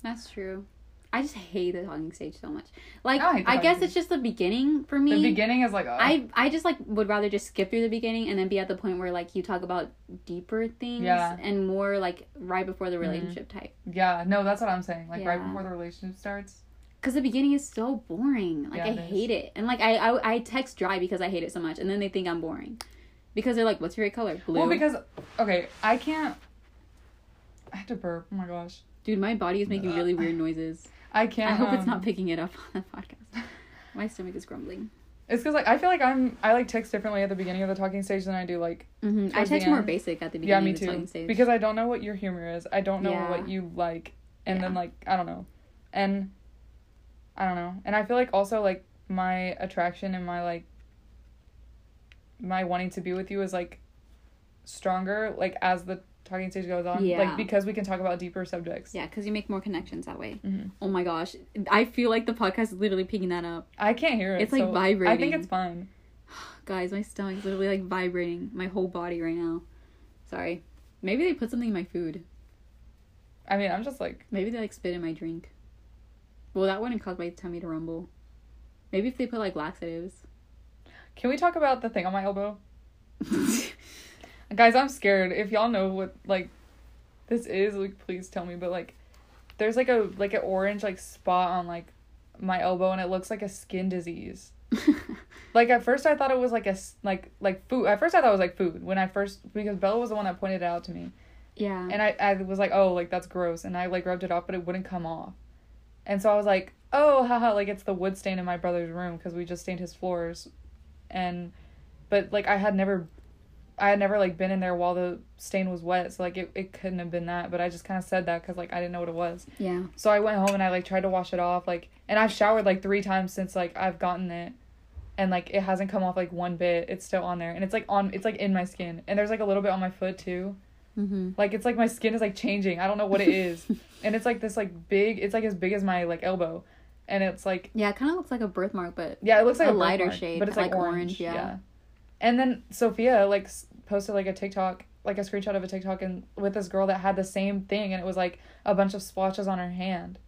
S2: that's true. I just hate the talking stage so much. Like
S1: I hate the
S2: I, guess
S1: talking
S2: it's just the beginning for me.
S1: the beginning is like oh,
S2: I I just like would rather just skip through the beginning and then be at the point where like you talk about deeper things
S1: Yeah. Mm-hmm.
S2: and more like right before the relationship type.
S1: yeah no that's what I'm saying like right
S2: Yeah.
S1: before the relationship starts.
S2: Cause the beginning is so boring. Like
S1: Yeah,
S2: I
S1: it is.
S2: hate it, and like I, I I text dry because I hate it so much, and then they think I'm boring, because they're like, "What's your favorite color? Blue."
S1: Well, because okay, I can't. I had to burp. Oh my gosh,
S2: dude, my body is making really weird noises.
S1: I
S2: I
S1: can't.
S2: hope it's
S1: um,
S2: not picking it up on the podcast. My stomach is grumbling.
S1: It's because like I feel like I'm I like text differently at the beginning of the talking stage than I do like
S2: hmm I
S1: Mm-hmm. Towards the
S2: text more
S1: end.
S2: basic at the
S1: yeah
S2: beginning
S1: me
S2: of
S1: too
S2: the talking stage.
S1: because I don't know what your humor is I don't know
S2: Yeah.
S1: what you like and then
S2: Yeah.
S1: like I don't know and I don't know and I feel like also like my attraction and my like my wanting to be with you is like stronger like as the talking stage goes on
S2: Yeah.
S1: like because we can talk about deeper subjects
S2: yeah, because you make more connections that way.
S1: Mhm.
S2: Oh my gosh, I feel like the podcast is literally picking that up,
S1: I can't hear it
S2: It's, like,
S1: so I think
S2: vibrating.
S1: it's fine
S2: guys. My stomach's literally like vibrating my whole body right now. Sorry. Maybe they put something in my food.
S1: I mean I'm just like
S2: Maybe they like spit in my drink. Well, that wouldn't cause my tummy to rumble. Maybe if they put like laxatives.
S1: Can we talk about the thing on my elbow? Guys, I'm scared. If y'all know what like this is, like please tell me. But like there's like a like an orange like spot on like my elbow and it looks like a skin disease. Like at first I thought it was like a s- like like food. At first I thought it was like food when I first because Bella was the one that pointed it out to me.
S2: yeah.
S1: And I, I was like, oh, like that's gross. And I like rubbed it off, but it wouldn't come off. And so I was like, oh, haha, like it's the wood stain in my brother's room because we just stained his floors. And, but like I had never, I had never like been in there while the stain was wet. So like it, it couldn't have been that. But I just kind of said that because like I didn't know what it was.
S2: yeah.
S1: So I went home and I like tried to wash it off. Like, and I've showered like three times since like I've gotten it. And like it hasn't come off like one bit. It's still on there. And it's like on, it's like in my skin. And there's like a little bit on my foot too.
S2: Mm-hmm.
S1: Like it's like my skin is like changing. I don't know what it is. and it's like this like big it's like as big as my like elbow. And it's like
S2: Yeah, it kind of looks like a birthmark, but
S1: yeah, it looks like a,
S2: A lighter
S1: birthmark,
S2: shade,
S1: but it's like,
S2: like
S1: orange.
S2: orange,
S1: yeah.
S2: yeah.
S1: And then Sophia like s- posted like a TikTok, like a screenshot of a TikTok and with this girl that had the same thing and it was like a bunch of splotches on her hand.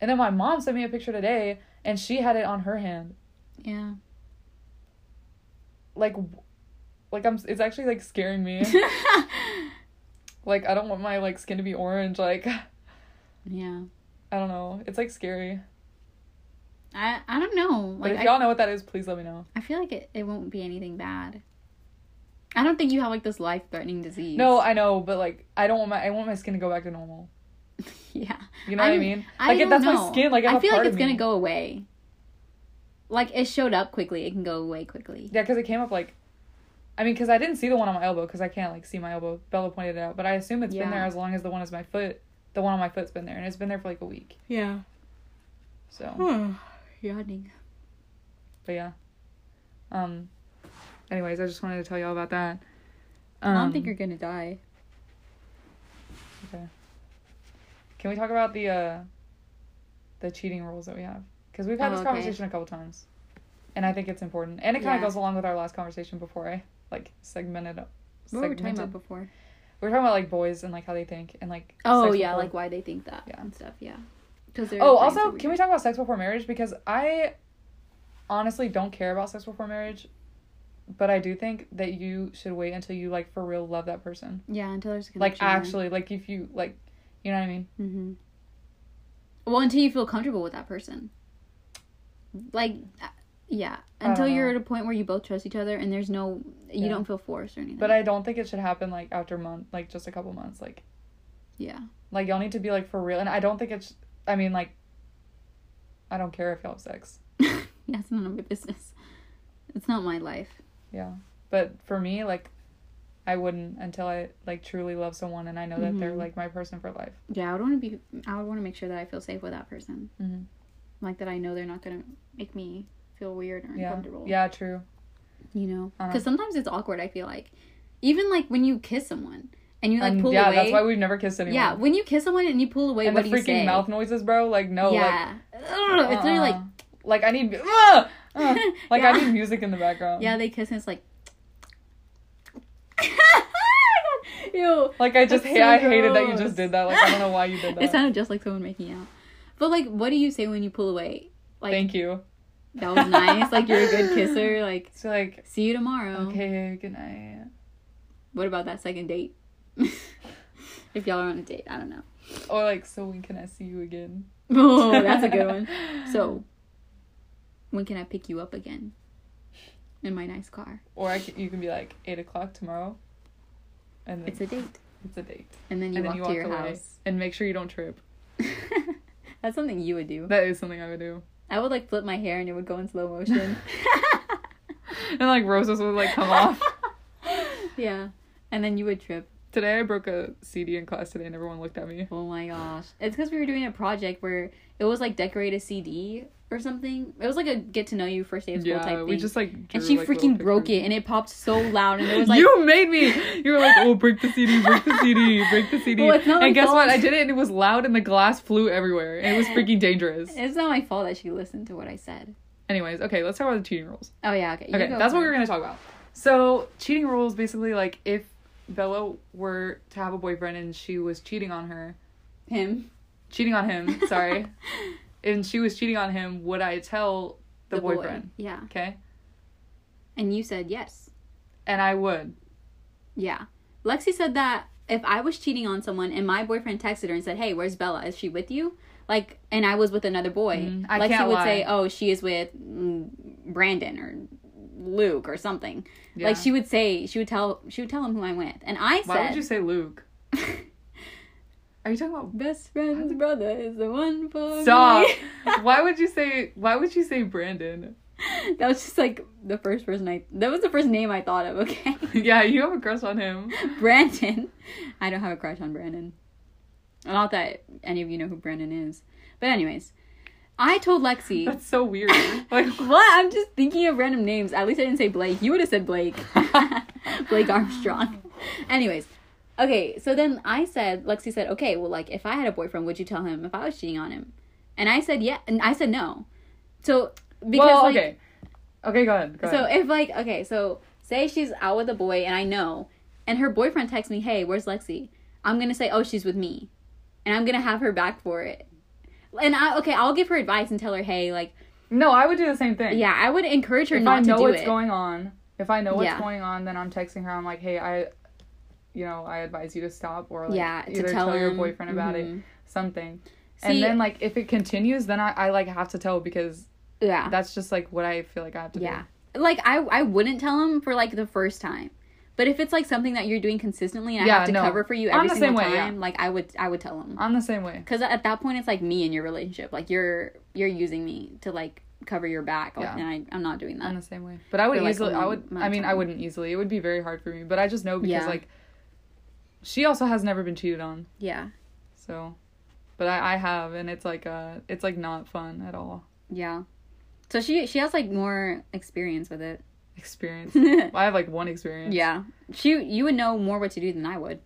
S1: And then my mom sent me a picture today and she had it on her hand.
S2: yeah.
S1: Like w- like I'm it's actually like scaring me. like I don't want my like skin to be orange like
S2: yeah.
S1: I don't know. It's like scary.
S2: I I don't know.
S1: But
S2: Like
S1: if
S2: I,
S1: y'all know what that is, please let me know.
S2: I feel like it, it won't be anything bad. I don't think you have like this life threatening disease.
S1: No, I know, but like I don't want my I want my skin to go back to normal.
S2: yeah.
S1: You know what I mean?
S2: I
S1: Like
S2: don't
S1: if that's
S2: know.
S1: my skin, like
S2: I
S1: I'm
S2: feel like it's
S1: going
S2: gonna go away. Like it showed up quickly. It can go away quickly.
S1: Yeah, cuz it came up like I mean, cuz I didn't see the one on my elbow cuz I can't like see my elbow. Bella pointed it out, but I assume it's been
S2: Yeah.
S1: there as long as the one is my foot. The one on my foot's been there and it's been there for like a week.
S2: Yeah.
S1: So,
S2: Hmm. Yawning.
S1: but yeah. Um anyways, I just wanted to tell y'all about that. Um,
S2: I don't think you're gonna die.
S1: Can we talk about the uh the cheating rules that we have? Because we've had
S2: Oh,
S1: this
S2: okay.
S1: conversation a couple times. And I think it's important. And it kinda
S2: Yeah.
S1: goes along with our last conversation before I like segmented up.
S2: What were we talking about before?
S1: We were talking about like boys and like how they think and like
S2: Oh
S1: sex
S2: yeah,
S1: before-
S2: like why they think that
S1: Yeah.
S2: and stuff. Yeah. Because
S1: Oh also can we talk about sex before marriage? Because I honestly don't care about sex before marriage, but I do think that you should wait until you like for real love that person.
S2: Yeah, until there's a
S1: Like
S2: connection there.
S1: actually, like if you like you know what I mean?
S2: Mm-hmm. Well, until you feel comfortable with that person. Like, uh, yeah,
S1: I don't
S2: until you're
S1: know.
S2: at a point where you both trust each other and there's no, you
S1: Yeah.
S2: don't feel forced or anything.
S1: But I don't think it should happen like after month like just a couple months. Like
S2: yeah,
S1: Like y'all need to be like for real, and I don't think it's. I mean, like, I don't care if y'all have sex.
S2: yeah, it's none of my business. It's not my life.
S1: Yeah, but for me, like, I wouldn't until I like truly love someone and I know that they're
S2: Mhm.
S1: like my person for life.
S2: Yeah, I would want to be. I would want to make sure that I feel safe with that person,
S1: Mhm.
S2: like that I know they're not gonna make me feel weird or
S1: Yeah,
S2: uncomfortable.
S1: yeah, true.
S2: you know,
S1: Uh-huh.
S2: because sometimes it's awkward. I feel like, even like when you kiss someone and you like
S1: And
S2: pull
S1: yeah,
S2: away.
S1: that's why we've never kissed anyone.
S2: yeah, when you kiss someone and you pull away,
S1: and
S2: what
S1: the
S2: do you say?
S1: freaking mouth noises, bro. Like no,
S2: yeah, Ugh,
S1: like
S2: it's really like.
S1: uh-uh. like I need uh, uh, like I
S2: Yeah.
S1: need music in the background.
S2: Yeah, they kiss and it's like. God, Ew.
S1: Like I just
S2: That's
S1: hate,
S2: so
S1: I hated that you
S2: gross.
S1: just did that. Like I don't know why you did that.
S2: It sounded just like someone making out. But like, what do you say when you pull away? Like
S1: Thank you.
S2: that was nice. like you're a good kisser. Like
S1: So like
S2: see you tomorrow.
S1: okay, good night.
S2: What about that second date? if y'all are on a date, I don't know.
S1: Or like so when can I see you again?
S2: Oh, that's a good one. So, when can I pick you up again? In my nice car.
S1: Or I c you can be like eight o'clock tomorrow, and then
S2: It's a date.
S1: it's a date,
S2: And then you
S1: and
S2: walk
S1: then you
S2: to
S1: walk
S2: your
S1: away,
S2: house.
S1: and make sure you don't trip.
S2: that's something you would do.
S1: That is something I would do.
S2: I would like flip my hair and it would go in slow motion.
S1: And like roses would like come off.
S2: yeah. And then you would trip.
S1: Today I broke a CD in class today, and everyone looked at me.
S2: Oh my gosh. It's because we were doing a project where it was like decorate a CD or something. It was like a get to know you first day of school type
S1: Yeah,
S2: thing.
S1: we just like. Drew,
S2: and she
S1: like, little
S2: freaking broke it
S1: pictures.
S2: and it popped so loud and it was like
S1: you made me. You were like, "Oh, break the CD, break the CD, break the CD."
S2: Well, it's not my
S1: and guess what?
S2: fault.
S1: I did it, and it was loud, and the glass flew everywhere, and it was freaking dangerous.
S2: It's not my fault that she listened to what I said.
S1: Anyways, okay, let's talk about the cheating rules.
S2: Oh yeah, okay. you
S1: Okay,
S2: go
S1: that's what we
S2: for
S1: we're
S2: it.
S1: gonna talk about. So cheating rules basically like if Bella were to have a boyfriend and she was cheating on her,
S2: him.
S1: cheating on him, sorry, and she was cheating on him, would I tell the,
S2: boy.
S1: boyfriend?
S2: Yeah.
S1: Okay.
S2: And you said yes.
S1: and I would.
S2: Yeah. Lexi said that if I was cheating on someone and my boyfriend texted her and said, "Hey, where's Bella? Is she with you?" Like, and I was with another boy,
S1: Mhm. I
S2: Lexi
S1: can't
S2: would
S1: lie.
S2: say, "Oh, she is with mm, Brandon or Luke or something."
S1: Yeah.
S2: Like she would say, she would tell, she would tell him who I'm with, and I
S1: Why would
S2: said,
S1: you say Luke? Are you talking about
S2: "Best friend's brother is the one for
S1: Stop.
S2: me."
S1: why would you say why would you say Brandon?
S2: that was just like the first person I. That was the first name I thought of. Okay,
S1: yeah, you have a crush on him.
S2: Brandon. I don't have a crush on Brandon. Not that any of you know who Brandon is, but anyways, I told Lexi.
S1: That's so weird. Like
S2: what? I'm just thinking of random names. At least I didn't say Blake. You would have said Blake. Blake Armstrong. Anyways, okay, so then I said, Lexi said, okay, well, like, if I had a boyfriend, would you tell him if I was cheating on him? And I said, yeah. And I said, no. So, because,
S1: Well,
S2: like,
S1: okay. Okay, go ahead. Go
S2: so
S1: ahead.
S2: if, like, okay, so say she's out with a boy and I know, and her boyfriend texts me, hey, where's Lexi? I'm going to say, oh, she's with me. And I'm going to have her back for it. And I, okay, I'll give her advice and tell her, hey, like,
S1: No, I would do the same thing.
S2: yeah, I would encourage her
S1: If
S2: not
S1: I know
S2: to do
S1: what's
S2: it.
S1: going on, if I know what's
S2: Yeah.
S1: going on, then I'm texting her. I'm like, hey, I, you know, I advise you to stop or like
S2: yeah,
S1: either
S2: to tell,
S1: your
S2: him.
S1: boyfriend about it,
S2: Mhm.
S1: something.
S2: See-
S1: and then like if it continues, then I, I like have to tell because
S2: Yeah,
S1: that's just like what I feel like I have to
S2: yeah.
S1: do.
S2: Like I, I wouldn't tell him for like the first time, but if it's like something that you're doing consistently and I
S1: Yeah,
S2: have to
S1: no.
S2: cover for you
S1: I'm
S2: every
S1: the
S2: single
S1: same way, yeah.
S2: time, like I would, I would tell him.
S1: I'm the same way.
S2: Because at that point, it's like me in your relationship. Like you're, you're using me to like cover your back, like,
S1: Yeah.
S2: and I, I'm not doing
S1: I'm
S2: that.
S1: the same way. But I would
S2: For, like, a
S1: easily I
S2: long
S1: would
S2: amount
S1: I
S2: of
S1: mean I
S2: time.
S1: wouldn't easily. It would be very hard for me. But I just know because
S2: Yeah.
S1: like she also has never been cheated on.
S2: Yeah,
S1: So but I, I have and it's like uh it's like not fun at all.
S2: yeah. So she, she has like more experience with it.
S1: Experience. I have like one experience.
S2: yeah, she, you would know more what to do than I would.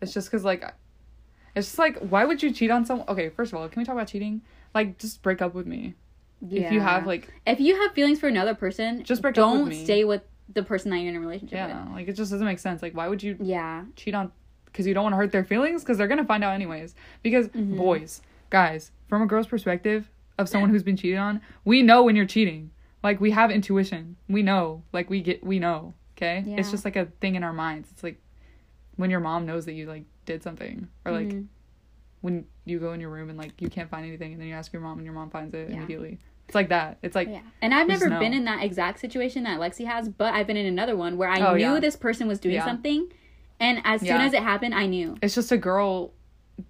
S1: It's just because like, it's just like, why would you cheat on someone? Okay, first of all, can we talk about cheating? Like, just break up with me if you have like,
S2: if you have feelings for another person,
S1: Just break up with
S2: don't
S1: me.
S2: stay with the person that you're in a relationship
S1: yeah, like it just doesn't make sense. Like, why would you
S2: with. Yeah.
S1: cheat on? Because you don't want to hurt their feelings, because they're gonna find out anyways. Because
S2: Mm-hmm.
S1: boys, guys, from a girl's perspective of someone who's been cheated on, we know when you're cheating. Like we have intuition. We know. Like we get. We know. Okay. It's
S2: Yeah.
S1: just like a thing in our minds. It's like when your mom knows that you like did something or like
S2: Mhm.
S1: when you go in your room and like you can't find anything and then you ask your mom and your mom finds it
S2: Yeah.
S1: immediately. It's like that. It's like
S2: yeah. And I've
S1: you just
S2: never been
S1: know.
S2: in that exact situation that Lexi has, but I've been in another one where I
S1: Oh,
S2: knew
S1: yeah.
S2: this person was doing
S1: Yeah.
S2: something, and as soon
S1: Yeah.
S2: as it happened, I knew.
S1: it's just a girl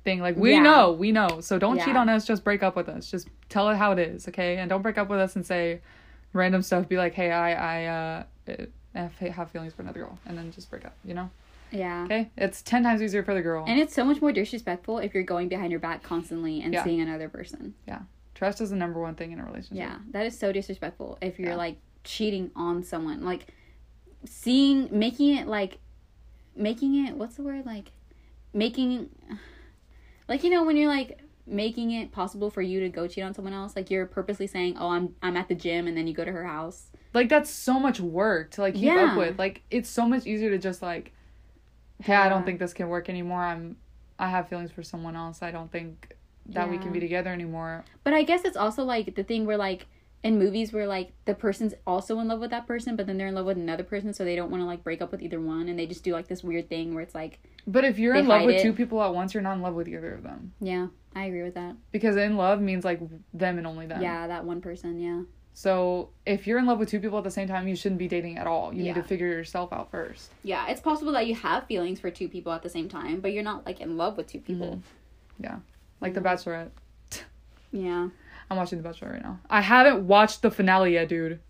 S1: thing. Like we
S2: Yeah.
S1: know, we know. So don't cheat
S2: Yeah.
S1: on us, just break up with us. Just tell it how it is, okay? And don't break up with us and say random stuff. Be like, "Hey, I I uh F- have feelings for another girl." And then just break up, you know?
S2: Yeah.
S1: Okay? It's 10 times easier for the girl.
S2: And it's so much more disrespectful if you're going behind your back constantly and
S1: Yeah.
S2: seeing another person.
S1: Trust is the number one thing in a relationship.
S2: Yeah. That is so disrespectful if you're
S1: Yeah.
S2: like cheating on someone. Like seeing making it like making it what's the word? Like making like you know when you're like making it possible for you to go cheat on someone else like you're purposely saying oh i'm i'm at the gym and then you go to her house
S1: Like that's so much work to like keep
S2: Yeah.
S1: up with. Like it's so much easier to just like hey, I don't
S2: Yeah.
S1: think this can work anymore. I'm I have feelings for someone else. I don't think that we can
S2: Yeah.
S1: be together anymore.
S2: But I guess it's also like the thing where like in movies where like the person's also in love with that person, but then they're in love with another person, so they don't want to like break up with either one, and they just do like this weird thing where it's like,
S1: But if you're
S2: They
S1: in love
S2: hide
S1: with
S2: it.
S1: two people at once, you're not in love with either of them.
S2: yeah, I agree with that.
S1: Because in love means like them and only them.
S2: Yeah, that one person, yeah,
S1: So if you're in love with two people at the same time, you shouldn't be dating at all. You
S2: Yeah.
S1: need to figure yourself out first.
S2: yeah. It's possible that you have feelings for two people at the same time, but you're not like in love with
S1: Mm-hmm.
S2: two people.
S1: Like
S2: Mm-hmm.
S1: The Bachelorette.
S2: Yeah,
S1: I'm watching The Bachelorette right now. I haven't watched the finale yet, dude.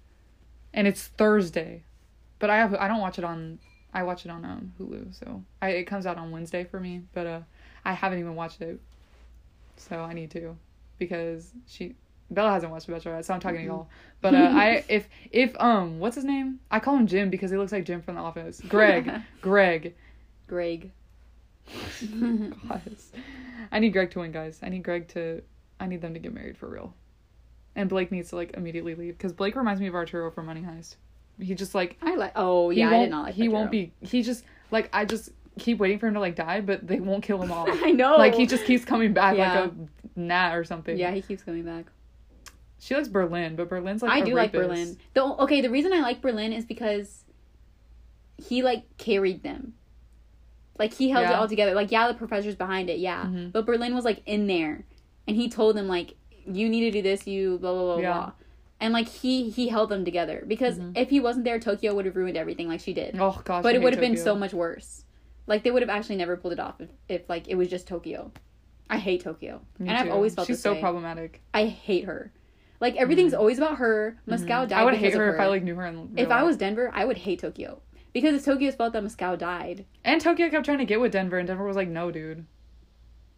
S1: And it's Thursday. But I have I don't watch it on I watch it on um, Hulu, so I it comes out on Wednesday for me, but uh I haven't even watched it. So I need to because she Bella hasn't watched The Bachelorette, so I'm talking to y'all. But uh, I if if um what's his name? I call him Jim because he looks like Jim from the office. Greg. Greg.
S2: Greg.
S1: Guys. I need Greg to win, guys. I need Greg to. I need them to get married for real. And Blake needs to like immediately leave because Blake reminds me of Arturo from Money Heist. He just like
S2: I like. Oh
S1: he
S2: yeah, I
S1: won't,
S2: did not like.
S1: he
S2: that
S1: won't
S2: girl.
S1: be. He just like I just keep waiting for him to like die, but they won't kill him off.
S2: I know.
S1: Like he just keeps coming back like
S2: Yeah.
S1: a gnat or something.
S2: Yeah, he keeps coming back.
S1: She likes Berlin, but Berlin's like
S2: I
S1: a
S2: do like
S1: rapist.
S2: Berlin. The okay, the reason I like Berlin is because he like carried them. Like he held it
S1: Yeah.
S2: all together. Like yeah, the professor's behind it, yeah.
S1: Mhm.
S2: But Berlin was like in there and he told them like you need to do this, you blah blah blah
S1: Yeah. Mm-hmm.
S2: blah. And like he he held them together because if he wasn't there, Tokyo would have ruined everything like she did.
S1: Oh gosh,
S2: but
S1: I
S2: it
S1: hate
S2: would have been
S1: Tokyo.
S2: so much worse. Like they would have actually never pulled it off if, if like it was just Tokyo. I hate Tokyo,
S1: Me
S2: and I've
S1: too.
S2: always felt
S1: she's
S2: this
S1: so
S2: way.
S1: problematic.
S2: I hate her. Like everything's always about her. Moscow died.
S1: Mm-hmm. I would
S2: because
S1: hate
S2: of
S1: her, if I like knew her. In real
S2: If I
S1: life.
S2: was Denver, I would hate Tokyo because it's Tokyo's fault that Moscow died.
S1: and Tokyo kept trying to get with Denver, and Denver was like, "No, dude."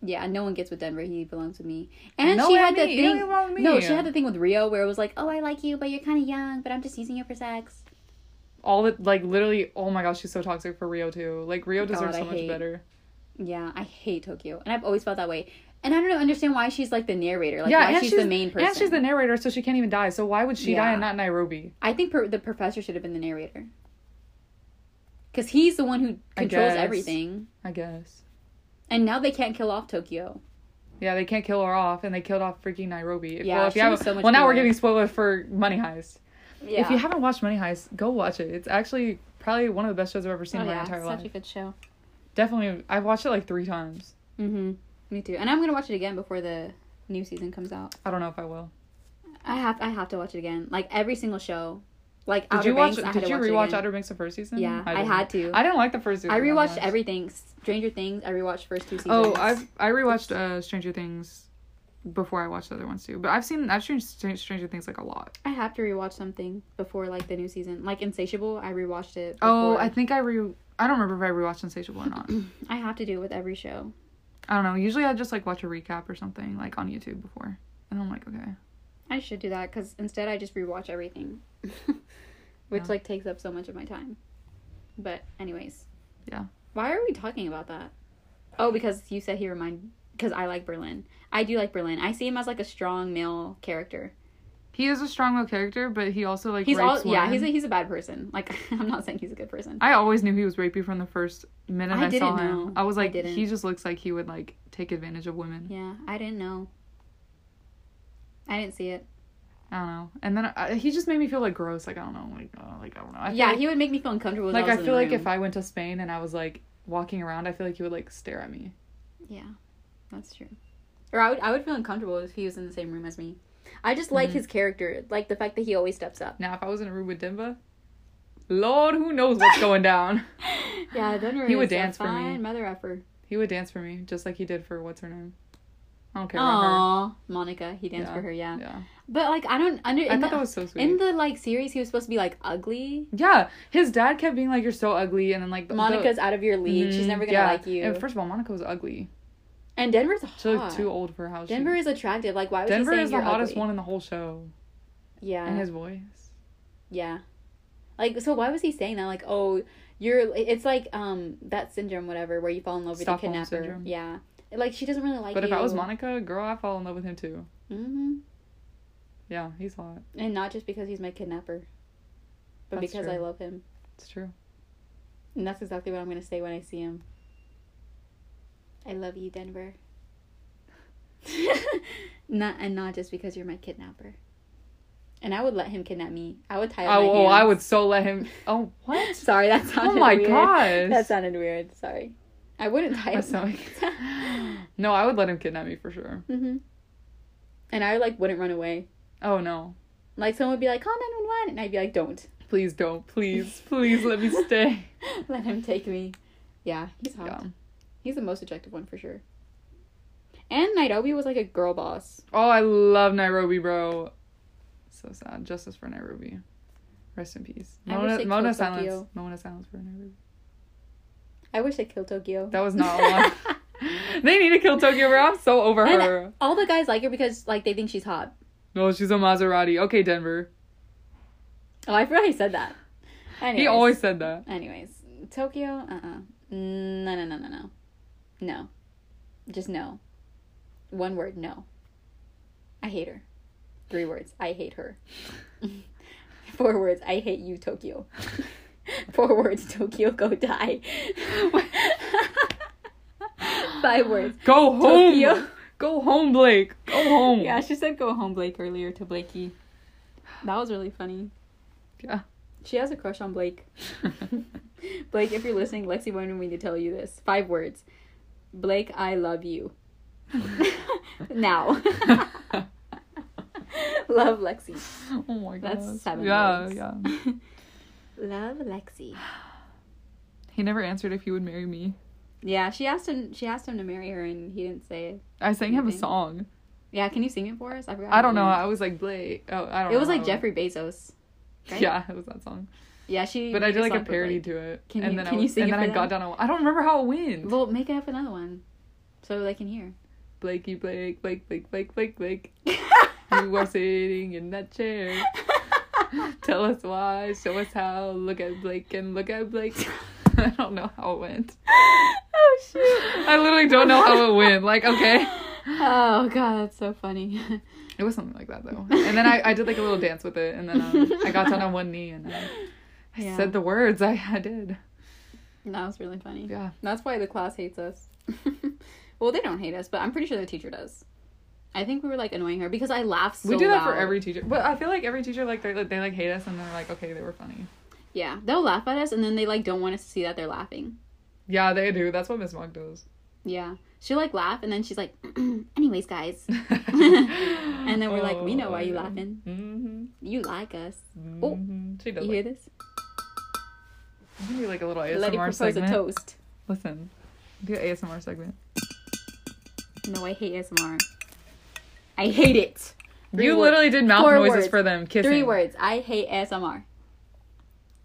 S2: Yeah, no one gets with Denver. He belongs with me. And
S1: No,
S2: she
S1: I
S2: had that
S1: mean, you don't
S2: thing.
S1: get along with
S2: No,
S1: me.
S2: she had the thing with Rio where it was like, "Oh, I like you, but you're kind of young, but I'm just using you for sex."
S1: All that, like, literally. Oh my gosh, she's so toxic for Rio too. Like, Rio
S2: God,
S1: deserves
S2: I
S1: so much
S2: hate-
S1: better.
S2: Yeah, I hate Tokyo, and I've always felt that way. And I don't know, understand why she's like the narrator, like why she's, the main person.
S1: And she's the narrator, so she can't even die. So why would she die
S2: Yeah.
S1: and not Nairobi?
S2: I think per- the professor should have been the narrator. Because he's the one who
S1: I
S2: controls
S1: guess.
S2: everything.
S1: I guess.
S2: And now they can't kill off Tokyo.
S1: Yeah, they can't kill her off, and they killed off freaking Nairobi. If-
S2: Yeah,
S1: well, if
S2: she
S1: you have,
S2: was so much
S1: well, now we're
S2: cooler.
S1: giving spoilers for Money Heist.
S2: Yeah.
S1: If you haven't watched Money Heist, go watch it. It's actually probably one of the best shows I've ever
S2: Oh,
S1: seen in my entire life.
S2: good show.
S1: Definitely, I've watched it like three times.
S2: Mm-hmm. Me too. And I'm gonna watch it again before the new season comes out.
S1: I don't know if I will.
S2: I have I have to watch it again. Like every single show. Like
S1: Did
S2: Outer
S1: you watch?
S2: Banks, I had
S1: did
S2: to
S1: you
S2: watch it
S1: rewatch
S2: again.
S1: Outer Banks the first season?
S2: Yeah, I,
S1: didn't.
S2: had to.
S1: I didn't like the first season.
S2: I
S1: that
S2: rewatched
S1: much.
S2: everything. Stranger Things. I rewatched first two seasons.
S1: Oh, I've I rewatched uh, Stranger Things before I watched the other ones too. But I've seen I've seen Str- Stranger Things like a lot.
S2: I have to rewatch something before like the new season. Like Insatiable, I rewatched it.
S1: Oh,
S2: before.
S1: I think I re I don't remember if I rewatched Insatiable or not.
S2: I have to do it with every show.
S1: I don't know. Usually I just like watch a recap or something like on YouTube before, and I'm like, okay,
S2: I should do that because instead I just rewatch everything, which
S1: Yeah.
S2: like takes up so much of my time. But anyways,
S1: Yeah.
S2: Why are we talking about that? Oh, because you said he remind because I like Berlin. I do like Berlin. I see him as like a strong male character.
S1: he is a strong little character, but he also like
S2: He's all
S1: rapes
S2: yeah.
S1: women.
S2: He's a, he's a bad person. Like I'm not saying he's a good person.
S1: I always knew he was rapey from the first minute
S2: I
S1: I, saw
S2: didn't
S1: him.
S2: know.
S1: I was
S2: I
S1: like,
S2: didn't.
S1: he just looks like he would like take advantage of women.
S2: Yeah, I didn't know. I didn't see it.
S1: I don't know. And then I, he just made me feel like gross. Like I don't know. Like uh, like I don't know. I feel
S2: yeah,
S1: like-
S2: he would make me feel uncomfortable.
S1: like I feel like if
S2: I
S1: I went to Spain and I was like walking around, I feel like he would like stare at me.
S2: yeah, that's true. Or I would I would feel uncomfortable if he was in the same room as me. I just like
S1: Mm-hmm.
S2: his character, like the fact that he always steps up.
S1: Now if I was in a room with Dimba, Lord, who knows what's going down?
S2: Yeah, don't worry.
S1: He would
S2: it's a
S1: dance for me.
S2: fine Mother effer.
S1: He would dance for me just like he did for what's her name. I don't care about
S2: Aw, Monica. He danced
S1: Yeah.
S2: for her. Yeah.
S1: her. Yeah,
S2: But like, I don't under.
S1: I
S2: in
S1: thought
S2: the-
S1: that was so sweet.
S2: in the like series, he was supposed to be like ugly.
S1: yeah, his dad kept being like, "You're so ugly," and then like the, the-
S2: Monica's out of your league. She's
S1: Mhm,
S2: never gonna
S1: yeah.
S2: like you.
S1: And first of all, Monica was ugly.
S2: and Denver's hot.
S1: She looked too old for how she.
S2: Denver is attractive. Like, why was
S1: Denver
S2: he saying
S1: is the
S2: you're
S1: hottest
S2: ugly?
S1: one in the whole show.
S2: Yeah.
S1: And his voice.
S2: Yeah. Like, so why was he saying that? Like, oh, you're. It's like um that syndrome, whatever, where you fall in love with
S1: Stockholm
S2: your kidnapper.
S1: syndrome.
S2: Yeah. Like she doesn't really like
S1: But
S2: you.
S1: if I was Monica, girl, I fall in love with him too.
S2: hmm
S1: Yeah, he's hot.
S2: and not just because he's my kidnapper, but
S1: That's
S2: because
S1: true.
S2: I love him.
S1: It's true.
S2: And that's exactly what I'm gonna say when I see him. I love you, Denver. not and not just because you're my kidnapper. And I would let him kidnap me. I would tie up my
S1: Oh, oh, I
S2: hands.
S1: would so let him. Oh, what?
S2: Sorry, that sounded
S1: oh my
S2: weird.
S1: gosh.
S2: That sounded weird. Sorry, I wouldn't tie
S1: My
S2: up.
S1: stomach. no, I would let him kidnap me for sure.
S2: hmm And I like wouldn't run away.
S1: Oh no.
S2: Like someone would be like, "Call nine one one," and I'd be like, "Don't
S1: Please don't. Please, please let me stay.
S2: let him take me." Yeah, he's hot.
S1: Yeah.
S2: He's the most attractive one for sure. And Nairobi was like a girl boss.
S1: Oh, I love Nairobi, bro. So sad. Justice for Nairobi. Rest in peace.
S2: I wish they
S1: Mona,
S2: killed
S1: Mona
S2: Tokyo.
S1: silence. Mona silence for Nairobi.
S2: I wish they killed Tokyo.
S1: That was not one. they need to kill Tokyo, bro. I'm so over
S2: And
S1: her.
S2: all the guys like her because like they think she's hot.
S1: No, she's a Maserati. Okay, Denver.
S2: Oh, I forgot he said that. Anyways.
S1: He always said that.
S2: Anyways, Tokyo. Uh. uh No. No. No. No. No. No. Just no. One word. No. I hate her. Three words. I hate her. Four words. I hate you, Tokyo. Four words. Tokyo, go die. Five words.
S1: Go home.
S2: Tokyo.
S1: Go home, Blake. Go home.
S2: Yeah, she said go home, Blake, earlier to Blakey. That was really funny.
S1: Yeah.
S2: She has a crush on Blake. Blake, if you're listening, Lexi wanted me to tell you this. Five words. Blake, I love you. now. love Lexi.
S1: oh my god.
S2: That's seven
S1: Yeah,
S2: words.
S1: yeah.
S2: Love Lexi.
S1: He never answered if he would marry me.
S2: Yeah, she asked him she asked him to marry her and he didn't say it.
S1: I sang him a
S2: Anything?
S1: song.
S2: Yeah, can you sing it for us? I forgot.
S1: I don't know.
S2: how
S1: I was like Blake. Oh, I don't.
S2: it
S1: know
S2: was like
S1: how-
S2: Jeffrey Bezos. right?
S1: Yeah, it was that song.
S2: Yeah, she
S1: But I
S2: made
S1: did like
S2: song
S1: a
S2: for
S1: parody
S2: Blake.
S1: to it.
S2: Can
S1: and
S2: you-
S1: then
S2: can
S1: I
S2: you
S1: was,
S2: sing
S1: and
S2: it
S1: then
S2: for
S1: I
S2: them?
S1: got down. I don't remember how it went.
S2: Well, make up another one. So they can hear.
S1: Blakey, Blake, Blake, Blake, Blake, Blake, Blake. You are sitting in that chair. Tell us why. Show us how. Look at Blake and look at Blake. I don't know how it went.
S2: oh shoot.
S1: I literally don't know how it went. Like, okay.
S2: Oh god, that's so funny.
S1: It was something like that though. And then I, I did like a little dance with it and then um, I got down on one knee and I, I
S2: Yeah.
S1: said the words. I, I did.
S2: that was really funny.
S1: Yeah.
S2: That's why the class hates us. well, they don't hate us, but I'm pretty sure the teacher does. I think we were like annoying her because I laughed so
S1: we do that for
S2: loud.
S1: every teacher. But I feel like every teacher like they they like hate us and they're like, okay, they were funny.
S2: Yeah, they'll laugh at us and then they like don't want us to see that they're laughing.
S1: Yeah, they do. That's what Miss Monk does.
S2: Yeah. She'll like laugh and then she's like, anyways, guys.
S1: and
S2: then we're like, "We know why you laughing."
S1: Oh. Mm-hmm.
S2: You like us. Oh,
S1: Oh, she does.
S2: you hear
S1: Like,
S2: this?
S1: maybe like a little
S2: Let
S1: ASMR
S2: it propose
S1: segment.
S2: a toast.
S1: Listen, do an ASMR segment.
S2: No, I hate ASMR. I hate it. Three
S1: you
S2: wor-
S1: literally did mouth
S2: Four
S1: noises
S2: words.
S1: for them kissing.
S2: Three words. I hate ASMR.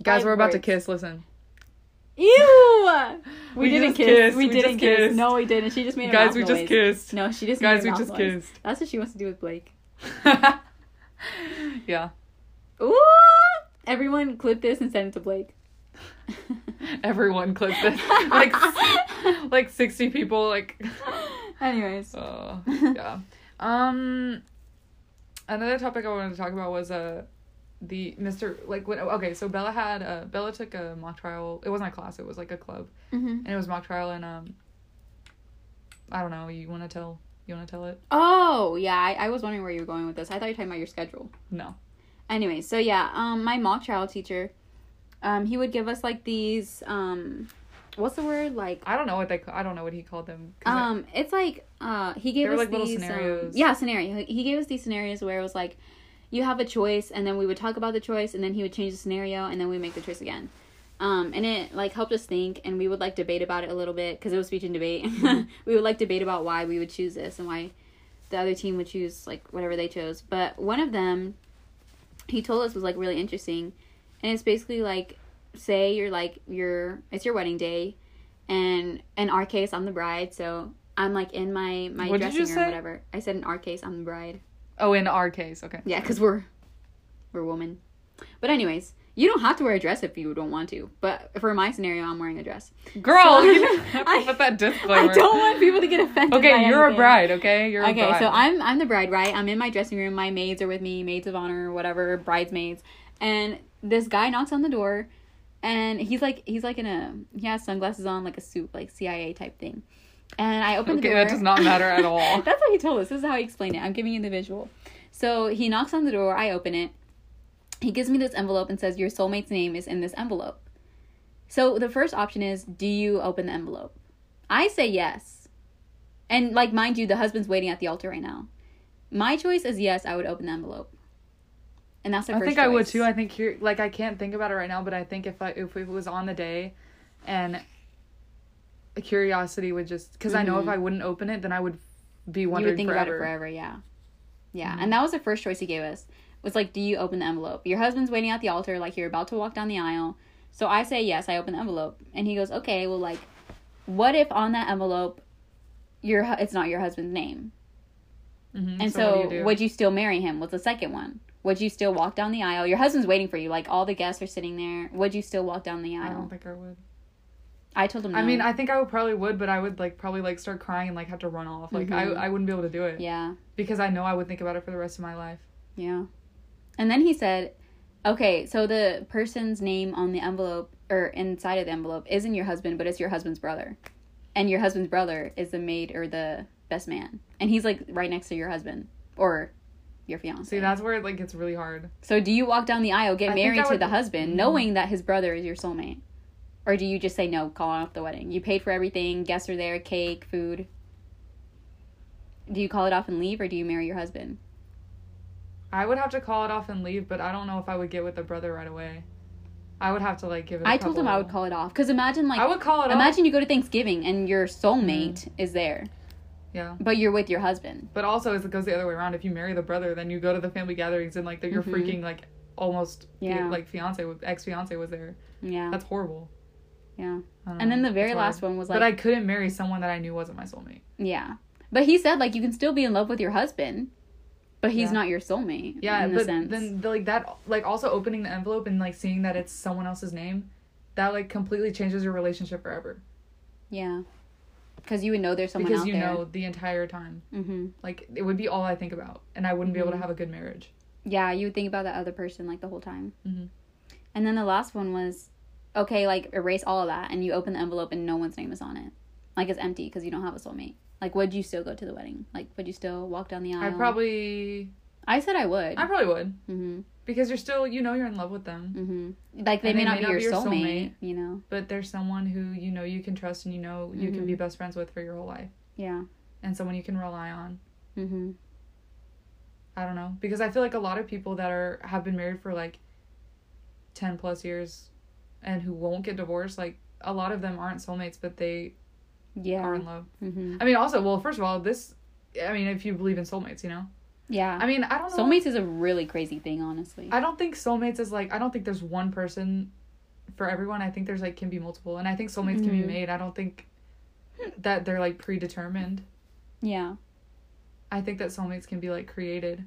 S1: Guys,
S2: Five
S1: we're about to
S2: words.
S1: kiss. Listen,
S2: Ew! We,
S1: We
S2: didn't
S1: just
S2: kiss.
S1: kissed.
S2: We,
S1: We
S2: didn't
S1: just
S2: kiss.
S1: kissed.
S2: No, we didn't. She just made a
S1: guys,
S2: mouth
S1: we
S2: noise.
S1: just kissed.
S2: No, she just
S1: Guys,
S2: made a
S1: we
S2: mouth
S1: just
S2: noise.
S1: kissed.
S2: That's what she wants to do with Blake.
S1: yeah,
S2: Ooh! Everyone, clip this and send it to Blake.
S1: everyone clip this. like, like sixty people. Like,
S2: Anyways,
S1: uh, yeah. Um, another topic I wanted to talk about was uh, the Mr. Like when okay, so Bella had uh Bella took a mock trial. It wasn't a class. It was like a club.
S2: Mhm.
S1: and it was mock trial and um i don't know you want to tell you want to tell it
S2: oh yeah, I, I was wondering where you were going with this. I thought you were talking about your schedule.
S1: no
S2: anyway so yeah um my mock trial teacher um he would give us like these um what's the word like
S1: i don't know what they ca- i don't know what he called them 'cause I-
S2: um it's like uh he gave
S1: were,
S2: us
S1: like, little
S2: these um,
S1: scenarios.
S2: yeah scenario he gave us these scenarios where it was like you have a choice and then we would talk about the choice and then he would change the scenario and then we make the choice again um and it like helped us think and we would like debate about it a little bit because it was speech and debate
S1: Mm-hmm.
S2: we would like debate about why we would choose this and why the other team would choose like whatever they chose but one of them he told us was like really interesting and it's basically like say you're like your it's your wedding day and in our case i'm the bride so i'm like in my my
S1: What did
S2: dressing
S1: you
S2: room
S1: say?
S2: whatever i said in our case i'm the bride
S1: oh in our case okay
S2: yeah because we're we're women but anyways you don't have to wear a dress if you don't want to but for my scenario i'm wearing a dress
S1: girl
S2: So-
S1: you didn't have to
S2: I-
S1: put that
S2: i
S1: disclaimer
S2: don't want people to get offended by
S1: okay you're a
S2: anything.
S1: bride okay you're a
S2: Okay,
S1: bride
S2: so I'm I'm the bride, right? I'm in my dressing room. My maids are with me, maids of honor, whatever, bridesmaids. And this guy knocks on the door, and he's like he's like in a he has sunglasses on, like a suit, like CIA type thing. And I open the
S1: okay
S2: door.
S1: that does not matter at all
S2: That's what he told us. This is how he explained it. I'm giving you the visual. So he knocks on the door. I open it. He gives me this envelope and says, "Your soulmate's name is in this envelope." So the first option is, do you open the envelope? I say yes. And like mind you, the husband's waiting at the altar right now. My choice is yes, I would open the envelope. And that's the
S1: i
S2: first
S1: think i would
S2: choice.
S1: too i think you're like i can't think about it right now but i think if i if it was on the day and a curiosity would just because i know if i wouldn't open it then i would be
S2: Mm-hmm. you
S1: wondering
S2: would think
S1: forever. Mm-hmm.
S2: about it forever, yeah. Yeah. And that was the first choice he gave us. Was like, do you open the envelope? Your husband's waiting at the altar, like you're about to walk down the aisle. So I say yes, I open the envelope. And he goes, Okay, well like what if on that envelope your hu- it's not your husband's name?
S1: Mhm,
S2: And
S1: what do
S2: so,
S1: you do?
S2: would you still marry him? Was the second one? Would you still walk down the aisle? Your husband's waiting for you. Like all the guests are sitting there. Would you still walk down the
S1: i don't
S2: aisle?
S1: think i would
S2: I, told him. No.
S1: I mean, I think I would probably would, but I would like probably like start crying and like have to run off. Like I I wouldn't be able to do it
S2: Mm-hmm. yeah,
S1: because I know I would think about it for the rest of my life.
S2: yeah. And then he said, "Okay, so the person's name on the envelope or inside of the envelope isn't your husband, but it's your husband's brother, and your husband's brother is the maid or the best man, and he's like right next to your husband or your fiance.
S1: See, that's where it like gets really hard.
S2: So do you walk down the aisle,
S1: I
S2: get
S1: think
S2: married
S1: I
S2: to
S1: would-
S2: the husband,
S1: Mhm.
S2: knowing that his brother is your soulmate? Or do you just say no, call off the wedding? You paid for everything, guests are there, cake, food. Do you call it off and leave or do you marry your husband?
S1: I would have to call it off and leave, but I don't know if I would get with the brother right away. I would have to like give it. I
S2: I told him I would call it off cuz imagine like
S1: I would call it off. Mm-hmm.
S2: imagine you go to Thanksgiving and your soulmate is there,
S1: Yeah,
S2: but you're with your husband.
S1: but also it's- it goes the other way around. If you marry the brother, then you go to the family gatherings and like the, your
S2: Mhm.
S1: freaking like almost fi-
S2: Yeah.
S1: like fiance ex fiance was there.
S2: Yeah.
S1: That's horrible.
S2: Yeah.
S1: I don't
S2: And then
S1: know.
S2: the very
S1: That's hard.
S2: last one was like
S1: but I couldn't marry someone that I knew wasn't my soulmate.
S2: yeah. But he said like you can still be in love with your husband, but he's
S1: Yeah.
S2: not your soulmate
S1: Yeah,
S2: in
S1: but
S2: a sense.
S1: then the, like that, like also opening the envelope and like seeing that it's someone else's name, that like completely changes your relationship forever
S2: Yeah. Because you would know there's someone
S1: because
S2: out
S1: you
S2: there.
S1: know the entire time.
S2: Mm-hmm.
S1: Like it would be all I think about, and I wouldn't be
S2: Mm.
S1: able to have a good marriage.
S2: Yeah, you would think about that other person like the whole time.
S1: Mhm.
S2: And then the last one was, okay, like erase all of that, and you open the envelope and no one's name is on it. Like it's empty because you don't have a soulmate. Like, would you still go to the wedding? Like, would you still walk down the
S1: I
S2: aisle?
S1: probably,
S2: I said I would.
S1: I probably would
S2: mm-hmm.
S1: because you're still, you know, you're in love with them,
S2: Mm-hmm. Like they,
S1: And
S2: may, not, be, your soulmate, You know.
S1: but there's someone who you know you can trust and you know you can
S2: Mhm.
S1: be best friends with for your whole life,
S2: Yeah.
S1: and someone you can rely on.
S2: Mm-hmm.
S1: I don't know because I feel like a lot of people that are have been married for like 10 plus years and who won't get divorced like a lot of them aren't soulmates but they are
S2: Yeah.
S1: in love.
S2: Mm-hmm.
S1: I mean also well first of all this I mean if you believe in soulmates, you know.
S2: Yeah.
S1: I mean I don't know
S2: soulmates is a really crazy thing, honestly.
S1: I don't think soulmates is like I don't think there's one person for everyone. I think there's like can be multiple and I think soulmates can be
S2: Mhm.
S1: made. I don't think that they're like predetermined.
S2: yeah.
S1: I think that soulmates can be like created.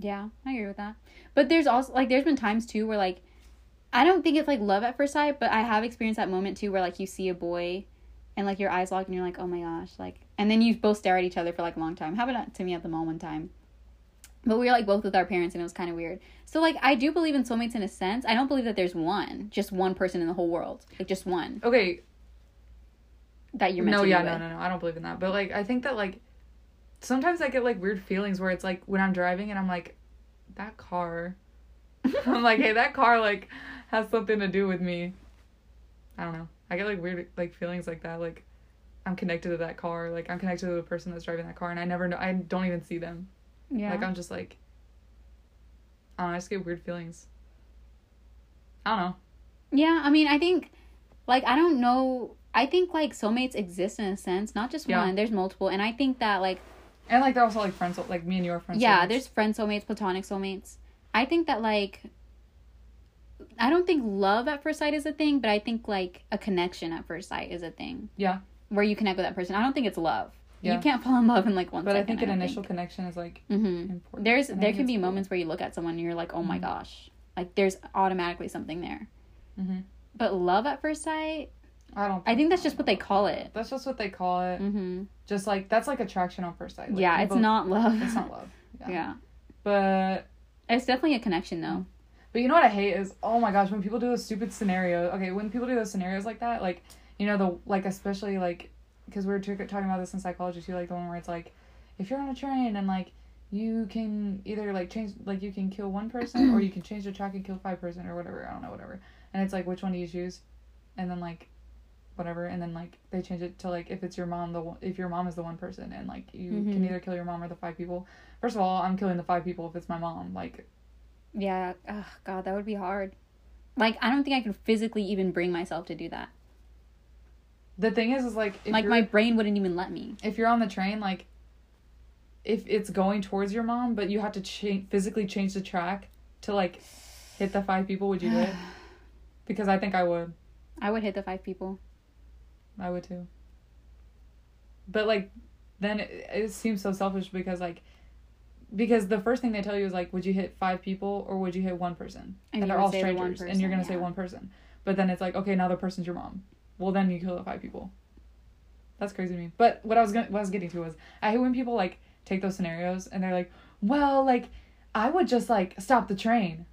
S2: Yeah, I agree with that. But there's also like there's been times too where like I don't think it's like love at first sight, but I have experienced that moment too where like you see a boy and like your eyes lock and you're like, "Oh my gosh," like and then you both stare at each other for like a long time. Happened to me at the mall one time. But we were like both with our parents and it was kind of weird. So like I do believe in soulmates in a sense. I don't believe that there's one, just one person in the whole world. Like just one
S1: Okay,
S2: that you're meant
S1: no
S2: to be
S1: yeah
S2: with.
S1: no no no i don't believe in that but like i think that like sometimes i get like weird feelings where it's like when i'm driving and i'm like that car i'm like hey that car like has something to do with me i don't know i get like weird like feelings like that like i'm connected to that car like i'm connected to the person that's driving that car and i never know i don't even see them
S2: Yeah.
S1: like i'm just like i don't know i just get weird feelings i don't know
S2: Yeah, I mean, I think, like, I don't know. I think like soulmates exist in a sense, not just
S1: Yeah.
S2: one. There's multiple, and I think that like
S1: and like they're also like friends like me and your friends
S2: yeah, there's friend soulmates, platonic soulmates. I think that like, I don't think love at first sight is a thing, but I think like a connection at first sight is a thing
S1: yeah
S2: where you connect with that person. I don't think it's love.
S1: Yeah.
S2: You can't fall in love in like one
S1: but i
S2: second.
S1: think an initial connection is like
S2: hmm
S1: important.
S2: There's
S1: And I
S2: there
S1: think
S2: can
S1: it's
S2: be
S1: cool.
S2: moments where you look at someone and you're like, oh my
S1: Mhm.
S2: gosh, like there's automatically something there.
S1: Mhm.
S2: But love at first sight,
S1: I don't.
S2: I think that's just what they call it.
S1: That's just what they call it.
S2: hmm
S1: Just like that's like attraction on first sight. Like,
S2: yeah,
S1: you
S2: it's
S1: both-
S2: not love.
S1: It's not love.
S2: Yeah.
S1: But
S2: it's definitely a connection though.
S1: but you know what I hate is oh my gosh when people do those stupid scenarios. Okay, when people do those scenarios like that, like you know the like especially like because we were t- talking about this in psychology too, like the one where it's like if you're on a train and like you can either like change like you can kill one person or you can change the track and kill five person or whatever I don't know whatever and it's like which one do you choose, and then like whatever and then like they change it to like if it's your mom the one, if your mom is the one person and like you can
S2: Mhm.
S1: either kill your mom or the five people. First of all, I'm killing the five people if it's my mom. Like
S2: Yeah. Ugh, God, that would be hard. Like I don't think I could physically even bring myself to do that.
S1: the thing is is like if
S2: like
S1: you're-
S2: my brain wouldn't even let me.
S1: if you're on the train, like if it's going towards your mom, but you have to cha- physically change the track to like hit the five people, would you do it? Because I think I would.
S2: I would hit the five people.
S1: I would too. But like, then it, it seems so selfish because like, because the first thing they tell you is like, would you hit five people or would you hit one person? And,
S2: you
S1: they're
S2: would
S1: all
S2: say the
S1: strangers,
S2: one
S1: and you're
S2: person,
S1: gonna say
S2: yeah.
S1: one person. But then it's like, okay, now the person's your mom. Well, then you kill the five people. That's crazy to me. But what I was gonna, what I was getting to was, I hate when people like take those scenarios and they're like, well, like, I would just like stop the train,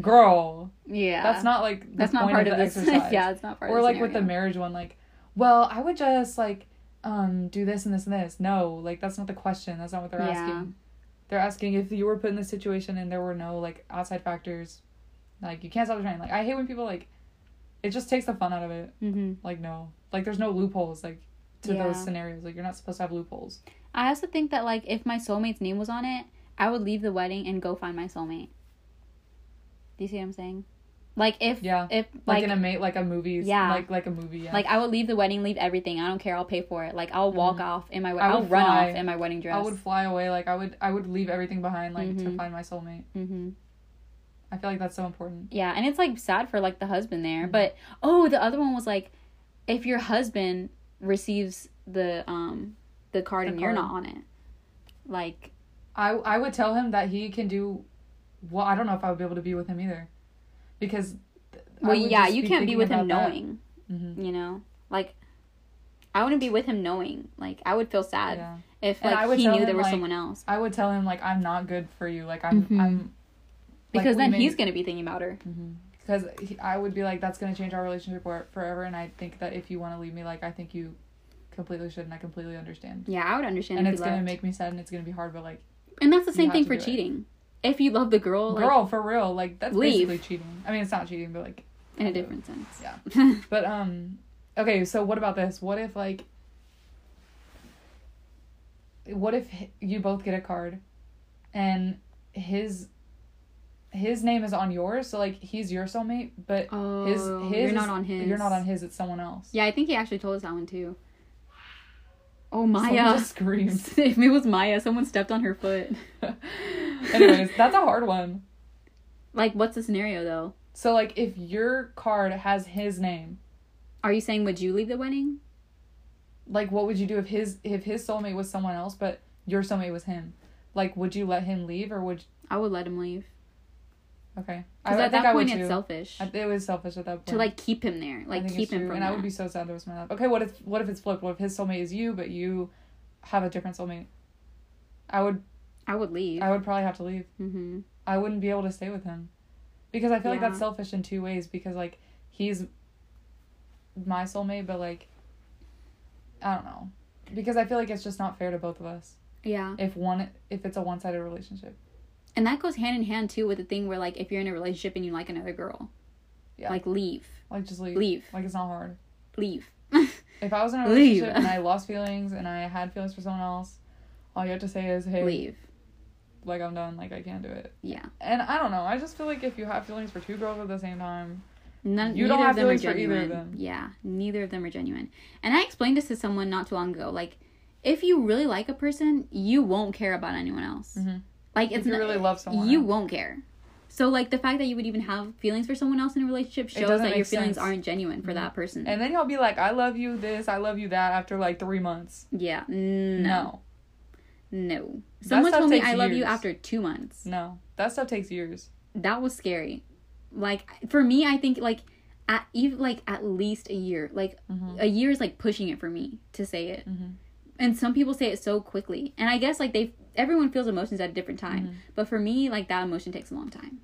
S1: girl.
S2: yeah.
S1: That's not like the
S2: that's not
S1: point
S2: part
S1: of
S2: of
S1: the
S2: this.
S1: exercise
S2: yeah, it's not part
S1: or
S2: of the
S1: like with the marriage one like well i would just like um, do this and this and this. No, like that's not the question. That's not what they're
S2: Yeah.
S1: asking. They're asking if you were put in this situation and there were no like outside factors, like you can't stop the train. Like I hate when people like, it just takes the fun out of it.
S2: Mm-hmm.
S1: Like no, like there's no loopholes like to
S2: Yeah.
S1: those scenarios. Like you're not supposed to have loopholes.
S2: I also think that like if my soulmate's name was on it, I would leave the wedding and go find my soulmate. Do you see what I'm saying? Like if
S1: Yeah.
S2: if
S1: Like,
S2: like
S1: in a mate, like a movie.
S2: Yeah.
S1: Like like a movie. Yeah.
S2: like I would leave the wedding, leave everything. I don't care. I'll pay for it. Like I'll walk off in my
S1: Mm-hmm. I
S2: I'll
S1: would
S2: run
S1: fly.
S2: off in my wedding dress.
S1: I would fly away. Like I would I would leave everything behind like to
S2: Mhm.
S1: find my soulmate.
S2: mm-hmm.
S1: I feel like that's so important.
S2: Yeah, and it's like sad for like the husband
S1: Mm-hmm.
S2: there, but oh, the other one was like, if your husband receives the um the card
S1: The
S2: and you're
S1: card.
S2: not on it, like
S1: I I would tell him that he can do. Well, I don't know if I would be able to be with him either, because. th- I
S2: well
S1: would
S2: yeah,
S1: just
S2: you can't be
S1: thinking
S2: with him
S1: about that.
S2: knowing,
S1: Mhm.
S2: you know, like I wouldn't be with him knowing. Like I would feel sad
S1: Yeah.
S2: if
S1: And I
S2: like
S1: would
S2: he
S1: tell
S2: knew
S1: him,
S2: there was
S1: like,
S2: someone else,
S1: I would tell him like I'm not good for you. Like I'm
S2: Mhm.
S1: I'm. like,
S2: because
S1: we
S2: then
S1: may-
S2: he's gonna be thinking about her.
S1: Because he- I would be like that's gonna change our relationship for, forever, and I think that if you want to leave me, like I think you, completely should, and I completely understand.
S2: Yeah, I would understand.
S1: And
S2: if
S1: it's
S2: he left.
S1: gonna make me sad, and it's gonna be hard, but like,
S2: and that's the
S1: you
S2: same
S1: have
S2: thing
S1: to
S2: for
S1: do it.
S2: cheating. If you love the girl, like,
S1: girl, for real, like that's
S2: leave.
S1: basically cheating. I mean, it's not cheating, but like
S2: in a different sense.
S1: Yeah. But um okay, so what about this? What if like what if h- you both get a card and his his name is on yours, so like he's your soulmate, but
S2: oh,
S1: his his
S2: you're
S1: is-
S2: not on his.
S1: You're not on his, it's someone else.
S2: Yeah, I think he actually told us that one too. Oh,
S1: Someone
S2: Maya.
S1: just screams.
S2: if it was Maya, someone stepped on her foot.
S1: Anyways, that's a hard one.
S2: Like, what's the scenario though?
S1: So like if your card has his name,
S2: Are you saying would you leave the wedding?
S1: like what would you do if his if his soulmate was someone else but your soulmate was him? Like would you let him leave or would
S2: I would let him leave.
S1: okay?
S2: Because
S1: I
S2: at that
S1: think I would
S2: point,
S1: too.
S2: it's selfish
S1: I, it was selfish at that point.
S2: to like keep him there,
S1: I
S2: like
S1: think
S2: keep
S1: it's
S2: him
S1: true,
S2: from.
S1: And I would
S2: that.
S1: be so sad there was my love. Okay, what if what if it's flipped? What if his soulmate is you, but you have a different soulmate? I would
S2: I would leave.
S1: I would probably have to leave.
S2: mm-hmm.
S1: I wouldn't be able to stay with him, because I feel like that's
S2: Yeah.
S1: selfish in two ways. Because like he's my soulmate, but like I don't know. Because I feel like it's just not fair to both of us
S2: Yeah,
S1: if one if it's a one sided relationship.
S2: and that goes hand in hand too with the thing where like if you're in a relationship and you like another girl,
S1: Yeah.
S2: like leave,
S1: Like just leave.
S2: leave,
S1: Like it's not hard.
S2: leave.
S1: If I was in a
S2: Leave.
S1: relationship and I lost feelings and I had feelings for someone else, all you have to say is, "Hey,
S2: leave.
S1: like I'm done, like I can't do it.
S2: Yeah.
S1: And I don't know, I just feel like if you have feelings for two girls at the same time,
S2: None,
S1: You
S2: neither
S1: don't have
S2: of them are
S1: feelings for either
S2: genuine.
S1: of them.
S2: Yeah, neither of them are genuine. And I explained this to someone not too long ago. Like, if you really like a person, you won't care about anyone else.
S1: Mhm.
S2: Like, it's
S1: if you
S2: not-
S1: really love someone,
S2: you
S1: else,
S2: won't care. So, like, the fact that you would even have feelings for someone else in a relationship shows
S1: doesn't
S2: that your
S1: make
S2: feelings
S1: sense. Mm-hmm.
S2: aren't genuine for that person.
S1: and then y'all be like, I love you this, I love you that after like three months.
S2: yeah, no,
S1: No,
S2: no.
S1: That
S2: Someone
S1: stuff
S2: told me
S1: takes
S2: I love you
S1: years.
S2: after two months.
S1: no, that stuff takes years.
S2: That was scary. Like for me, I think like at even like at least a year. Like
S1: Mm-hmm.
S2: a year is like pushing it for me to say it.
S1: Mhm.
S2: And some people say it so quickly. And I guess like they everyone feels emotions at a different time.
S1: Mm-hmm.
S2: But for me, like that emotion takes a long time.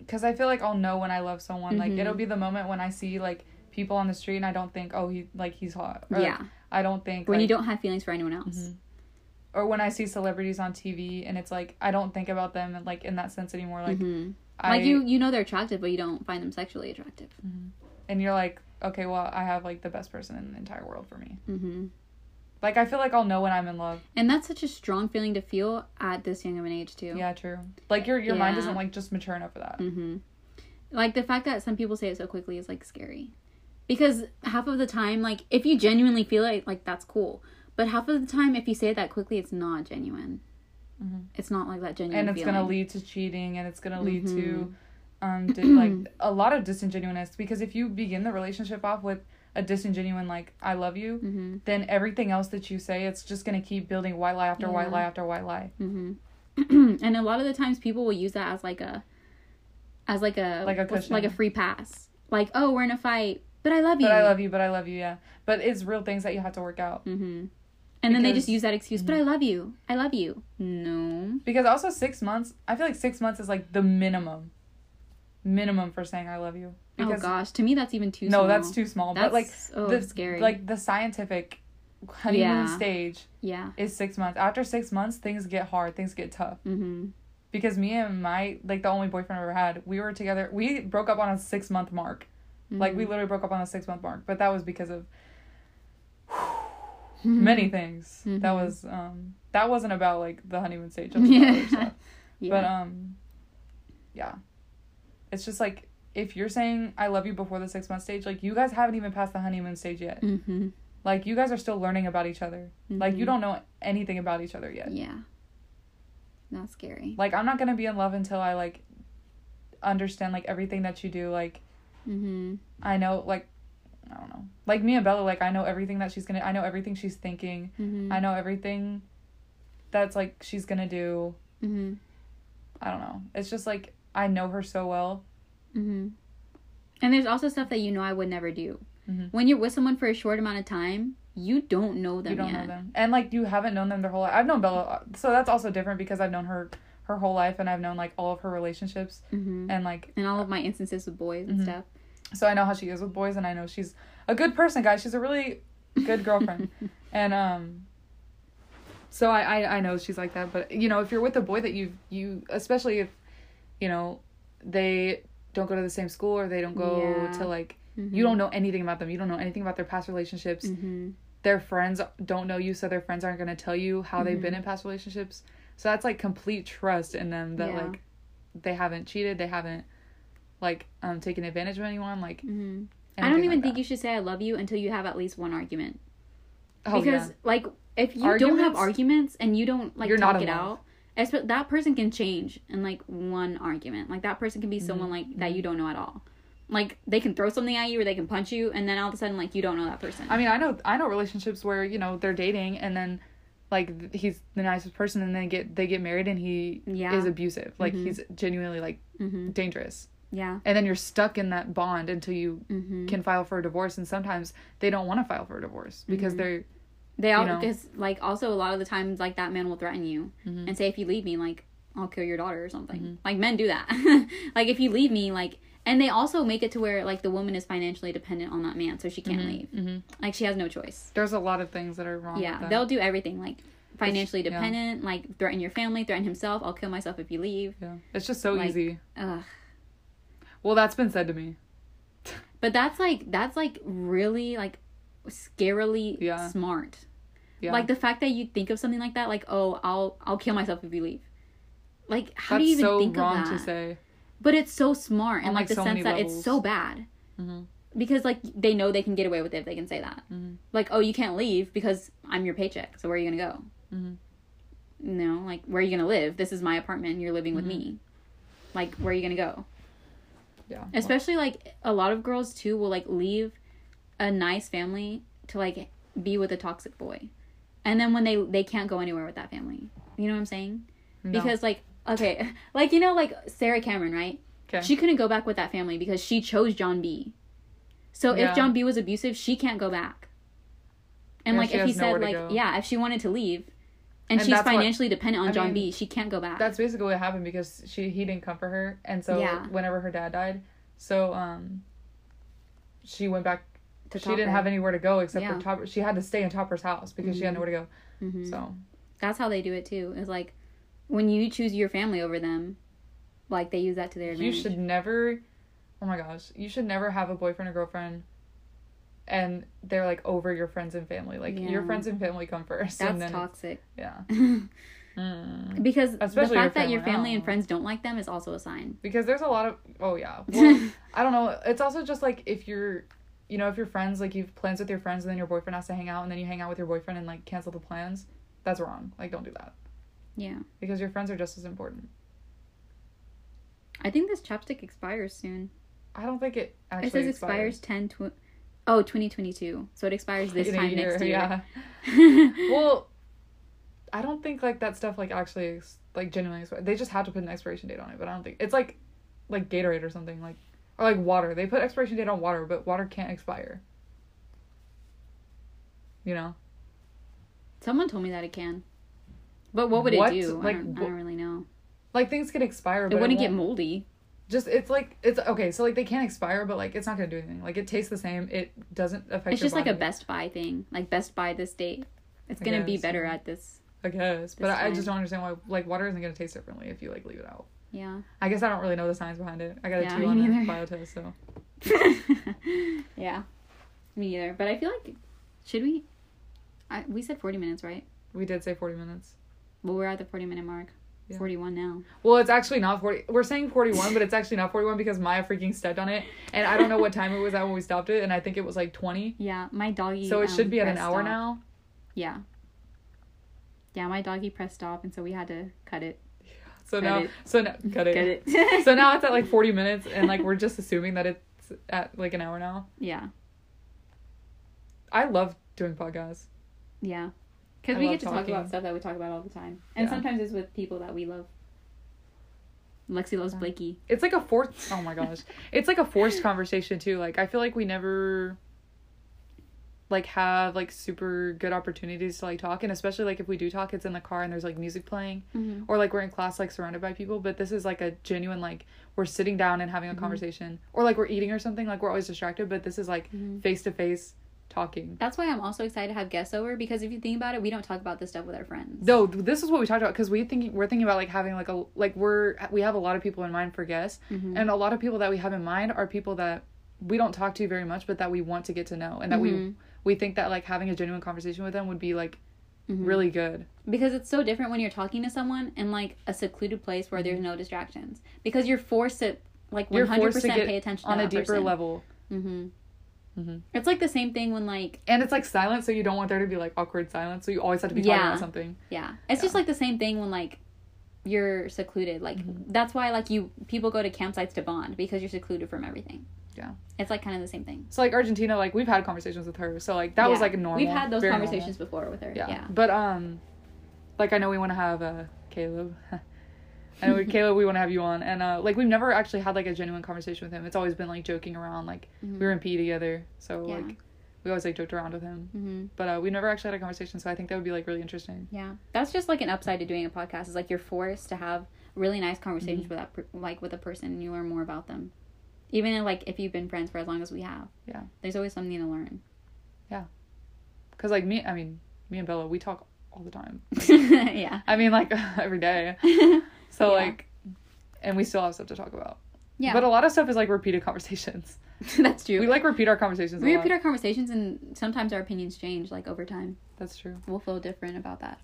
S1: Because I feel like I'll know when I love someone. Like
S2: Mhm.
S1: it'll be the moment when I see like people on the street and I don't think, oh, he like he's hot. Or, like,
S2: yeah.
S1: I don't think
S2: When you
S1: like-
S2: don't have feelings for anyone else.
S1: Mhm. Or when I see celebrities on TV and it's like I don't think about them and like in that sense anymore. Like
S2: Mhm.
S1: Mm-hmm. I
S2: like you you know they're attractive but you don't find them sexually attractive
S1: and you're like, okay, well, I have like the best person in the entire world for me.
S2: hmm
S1: Like I feel like I'll know when I'm in love.
S2: and that's such a strong feeling to feel at this young of an age too
S1: Yeah, true. Like your your mind
S2: Yeah.
S1: isn't like just mature enough for that.
S2: hmm like the fact that some people say it so quickly is like scary because half of the time like if you genuinely feel it like that's cool but half of the time if you say it that quickly it's not genuine
S1: Mhm.
S2: it's not like that genuine
S1: And it's gonna
S2: feeling.
S1: lead to cheating, and it's gonna lead to,
S2: Mhm.
S1: um, di- like a lot of disingenuousness. Because if you begin the relationship off with a disingenuine like "I love you,"
S2: Mhm.
S1: then everything else that you say, it's just gonna keep building white lie after white
S2: Yeah.
S1: lie after white lie.
S2: Mhm. and a lot of the times people will use that as like a as like a
S1: Like a
S2: what's-
S1: cushion.
S2: like a free pass like oh we're in a fight but i love you
S1: But I love you. But I love you. Yeah. But it's real things that you have to work out.
S2: hmm and then they
S1: Because-
S2: just
S1: Mm-hmm.
S2: use that excuse but i love you i love you no
S1: Because also six months, I feel like six months is like the minimum, minimum for saying "I love you." Because
S2: oh gosh to me that's even Oh, too
S1: no,
S2: small.
S1: that's too small.
S2: that's
S1: but like
S2: oh,
S1: the
S2: scary
S1: like the scientific honeymoon
S2: Yeah.
S1: stage
S2: Yeah.
S1: is six months. After six months, things get hard, things get tough.
S2: Mm-hmm.
S1: Because me and my like the only boyfriend I ever had, we were together. We broke up on a six month mark. Like
S2: Mm.
S1: we literally broke up on the six month mark, but that was because of
S2: Mm-hmm.
S1: many things. That
S2: Mhm.
S1: was um that wasn't about like the honeymoon stage. That was about other
S2: Yeah.
S1: stuff.
S2: Yeah.
S1: But um, yeah, it's just like if you're saying I love you before the six month stage, like you guys haven't even passed the honeymoon stage yet.
S2: mm-hmm.
S1: Like you guys are still learning about each other. Like you don't know anything about each other yet.
S2: Yeah. Not scary.
S1: Like I'm not gonna be in love until I like understand like everything that you do. Like
S2: Mm-hmm.
S1: I know like I don't know. Like me and Bella, like I know everything that she's gonna. I know everything she's thinking.
S2: Mm-hmm.
S1: I know everything that's like she's gonna do.
S2: Mm-hmm.
S1: I don't know. It's just like I know her so well.
S2: Mm-hmm. And there's also stuff that you know I would never do.
S1: Mhm.
S2: When you're with someone for a short amount of time, you don't know them
S1: you don't
S2: yet.
S1: know them, and like you haven't known them their whole life. I've known Bella, so that's also different because I've known her her whole life, and I've known like all of her relationships,
S2: Mm-hmm.
S1: and like
S2: And all of my instances with boys and
S1: Mhm.
S2: stuff.
S1: so I know how she is with boys, and I know she's a good person, guys. She's a really good girlfriend, and um. So I, I I know she's like that, but you know if you're with a boy that you you especially if, you know, they don't go to the same school or they don't go
S2: Yeah.
S1: to like you don't know anything about them. You don't know anything about their past relationships.
S2: Mm-hmm.
S1: Their friends don't know you, so their friends aren't going to tell you how they've
S2: Mm-hmm.
S1: been in past relationships. So that's like complete trust in them that
S2: Yeah.
S1: like they haven't cheated, they haven't like um taken advantage of anyone. Like
S2: Mm-hmm. I don't
S1: anything
S2: even
S1: like
S2: think you should say I love you until you have at least one argument.
S1: that. Oh,
S2: because
S1: yeah.
S2: like if you don't have
S1: Arguments?
S2: arguments and you don't like
S1: You're not
S2: talk it
S1: in
S2: out,
S1: love.
S2: espe- that person can change in like one argument. Like that person can be someone
S1: Mm-hmm.
S2: like that you don't know at all. Like they can throw something at you or they can punch you, and then all of a sudden like you don't know that person.
S1: I mean, I know I know relationships where you know they're dating and then like th- he's the nicest person and then get they get married and he
S2: Yeah.
S1: is abusive. Like he's genuinely like
S2: mm-hmm.
S1: dangerous.
S2: Yeah.
S1: And then you're stuck in that bond until you
S2: Mm-hmm.
S1: can file for a divorce and sometimes they don't want to file for a divorce because
S2: Mm-hmm.
S1: they're
S2: They all
S1: know.
S2: because like also a lot of the times like that man will threaten you
S1: Mm-hmm.
S2: and say if you leave me like I'll kill your daughter or something. Like men do that. like if you leave me like and they also make it to where like the woman is financially dependent on that man so she
S1: Mm-hmm.
S2: can't leave. Like she has no choice.
S1: there's a lot of things that are wrong
S2: Yeah,
S1: with that.
S2: they'll do everything like financially
S1: yeah.
S2: dependent, like threaten your family, threaten himself. I'll kill myself if you leave.
S1: yeah it's just so
S2: like-
S1: easy
S2: Ugh.
S1: well that's been said to me
S2: But that's like that's like really like scarily
S1: Yeah.
S2: smart.
S1: yeah
S2: Like the fact that you think of something like that, like oh, I'll I'll kill myself if you leave. Like how
S1: that's
S2: do you even
S1: so
S2: think
S1: wrong
S2: of
S1: to
S2: that?
S1: say
S2: But it's so smart and
S1: On,
S2: like,
S1: like,
S2: the
S1: so many
S2: sense that it's
S1: levels.
S2: so bad.
S1: Mhm.
S2: Because like they know they can get away with it if they can say that.
S1: Mhm.
S2: Like oh, you can't leave because I'm your paycheck. So where are you gonna go?
S1: Mhm.
S2: No, like where are you gonna live? This is my apartment. You're living with
S1: Mm-hmm.
S2: me. Like where are you gonna go?
S1: yeah
S2: Especially like a lot of girls too will like leave a nice family to like be with a toxic boy, and then when they they can't go anywhere with that family. You know what I'm saying?
S1: No.
S2: Because like okay, like you know like Sarah Cameron right?
S1: okay
S2: She couldn't go back with that family because she chose John B. So
S1: Yeah.
S2: if John B was abusive, she can't go back. And
S1: Yeah,
S2: like
S1: she
S2: if he
S1: has nowhere
S2: said
S1: to
S2: like
S1: go.
S2: yeah, if she wanted to leave
S1: And
S2: and, she's
S1: that's what-
S2: financially dependent on
S1: I
S2: John
S1: mean,
S2: B, she can't go back.
S1: that's basically what happened because she he didn't comfort her and so
S2: Yeah.
S1: whenever her dad died so um she went back
S2: To
S1: she didn't have anywhere to go except
S2: Yeah.
S1: for Topper. She had to stay in Topper's house because she had nowhere to go.
S2: Mhm.
S1: So
S2: That's how they do it too. Is like when you choose your family over them, like they use that to their
S1: You
S2: advantage.
S1: should never, oh my gosh, you should never have a boyfriend or girlfriend and they're like over your friends and family. Like your
S2: Yeah.
S1: friends and family come first.
S2: That's
S1: and then,
S2: toxic.
S1: Yeah. Mm.
S2: Because
S1: Especially your
S2: the fact that your
S1: family,
S2: family and
S1: no.
S2: friends don't like them is also a sign.
S1: Because there's a lot of, oh yeah. Well, I don't know. It's also just like if you're, you know, if your friends, like you've plans with your friends and then your boyfriend has to hang out and then you hang out with your boyfriend and like cancel the plans, that's wrong. Like don't do that
S2: Yeah.
S1: because your friends are just as important.
S2: I think this chapstick expires soon.
S1: I don't think it actually
S2: it says expires 10 tw- oh 2022. So it expires this
S1: in a
S2: time next year.
S1: Yeah. well i don't think like that stuff like actually ex- like genuinely expi- they just have to put an expiration date on it but i don't think it's like like gatorade or something like or like water they put expiration date on water but water can't expire you know
S2: Someone told me that it can. But what would
S1: What?
S2: it do?
S1: Like,
S2: I, don't, I
S1: wh-
S2: don't really know.
S1: like things can expire but
S2: It wouldn't get
S1: won't-
S2: moldy.
S1: just it's like it's okay. So like they can't expire, but like it's not gonna do anything. Like it tastes the same. It doesn't affect.
S2: It's
S1: your
S2: just like a
S1: body,
S2: Best Buy thing. Like Best Buy this date. It's
S1: I
S2: gonna be
S1: guess,
S2: better
S1: yeah.
S2: at this.
S1: I guess, but
S2: this
S1: I, I just
S2: time.
S1: don't understand why like water isn't gonna taste differently if you like leave it out.
S2: Yeah.
S1: I guess I don't really know the science behind it. I got a
S2: Yeah,
S1: two
S2: me
S1: on the
S2: neither.
S1: bio test, so
S2: yeah. Me either. But I feel like should we? I, we said forty minutes, right?
S1: we did say forty minutes.
S2: Well, we're at the forty minute mark.
S1: Yeah.
S2: Forty one now.
S1: Well, it's actually not 40. We're saying 41, but it's actually not 41 because Maya freaking stepped on it. And I don't know what time it was at when we stopped it. And I think it was like 20.
S2: Yeah, my doggy.
S1: So it should
S2: um,
S1: be at an
S2: pressed
S1: hour
S2: stop.
S1: now.
S2: Yeah. Yeah, my doggy pressed stop, and so we had to cut it.
S1: So
S2: Cut
S1: now,
S2: it.
S1: so now, cut it.
S2: Cut it.
S1: so now it's at like 40 minutes. And like, we're just assuming that it's at like an hour now.
S2: Yeah,
S1: I love doing podcasts.
S2: yeah. Because
S1: I
S2: we
S1: love
S2: get to talk
S1: talking.
S2: about stuff that we talk about all the time, and
S1: Yeah.
S2: sometimes it's with people that we love. Lexi loves Blakey.
S1: It's like a forced, oh my gosh. It's like a forced conversation too. Like, I feel like we never like have like super good opportunities to like talk and especially like if we do talk it's in the car and there's like music playing or like we're in class like surrounded by people but this is like a genuine like we're sitting down and
S2: Mm-hmm.
S1: having a conversation or like we're eating or something like we're always distracted but this is like
S2: Mm-hmm.
S1: face to face talking
S2: That's why I'm also excited to have guests over because if you think about it, we don't talk about this stuff with our friends.
S1: no th- this is what we talked about because we thinking we're thinking about like having like a like we're we have a lot of people in mind for guests
S2: Mm-hmm.
S1: and a lot of people that we have in mind are people that we don't talk to very much but that we want to get to know and that
S2: Mm-hmm.
S1: we we think that like having a genuine conversation with them would be like
S2: Mm-hmm.
S1: really good
S2: Because it's so different when you're talking to someone in like a secluded place where there's no distractions. Because you're forced to like
S1: Mm-hmm. you're
S2: 100%
S1: forced to get
S2: pay attention
S1: on
S2: to
S1: a
S2: that
S1: deeper
S2: person.
S1: level
S2: Mm-hmm.
S1: Mm-hmm.
S2: It's like the same thing when like
S1: and it's like silent so you don't want there to be like awkward silence so you always have to be talking
S2: Yeah.
S1: about something
S2: yeah, it's just like the same thing when like you're secluded. Like
S1: Mm-hmm.
S2: that's why like you people go to campsites to bond because you're secluded from everything.
S1: Yeah.
S2: It's like kind of the same thing.
S1: So like Argentina, like we've had conversations with her. So like that was
S2: Yeah.
S1: like normal.
S2: We've had those
S1: very
S2: conversations before with her.
S1: normal.
S2: Yeah.
S1: Yeah. But um, like I know we want to have uh Caleb. I know we- Caleb, we want to have you on, and uh, like we've never actually had like a genuine conversation with him. It's always been like joking around. Like
S2: Mm-hmm.
S1: we were in PE together, so
S2: Yeah.
S1: like we always like joked around with him.
S2: hmm
S1: But uh, we never actually had a conversation, so I think that would be like really interesting.
S2: Yeah, that's just like an upside to doing a podcast. Is like you're forced to have really nice conversations
S1: Mm-hmm.
S2: with that, per- like with a person, and you learn more about them. Even in, like if you've been friends for as long as we have.
S1: Yeah.
S2: There's always something to learn.
S1: Cause like me, I mean, me and Bella, we talk all the time.
S2: yeah.
S1: I mean, like every day. So
S2: Yeah.
S1: like, and we still have stuff to talk about.
S2: Yeah.
S1: But a lot of stuff is like repeated conversations.
S2: that's true.
S1: We like repeat our conversations.
S2: we
S1: a lot.
S2: repeat our conversations, and sometimes our opinions change. Like over time,
S1: That's true.
S2: we'll feel different about that.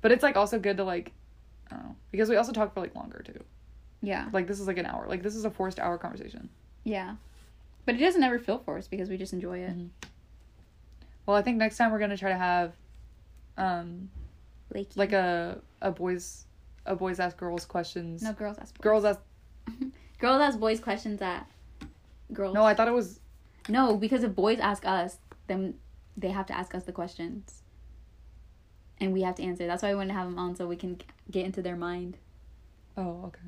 S1: But it's like also good to like, I don't know, because we also talk for like longer too.
S2: Yeah.
S1: Like this is like an hour. Like this is a forced hour conversation.
S2: Yeah. But it doesn't ever feel forced because we just enjoy it.
S1: Well, I think next time we're gonna try to have, um,
S2: Like
S1: like a a boys, a boys ask girls questions.
S2: no girls ask boys.
S1: Girls ask.
S2: girls ask boys questions that girls
S1: No, I thought it was.
S2: No, because if boys ask us, then they have to ask us the questions. And we have to answer. That's why I want to have them on so we can g- get into their mind.
S1: Oh, okay.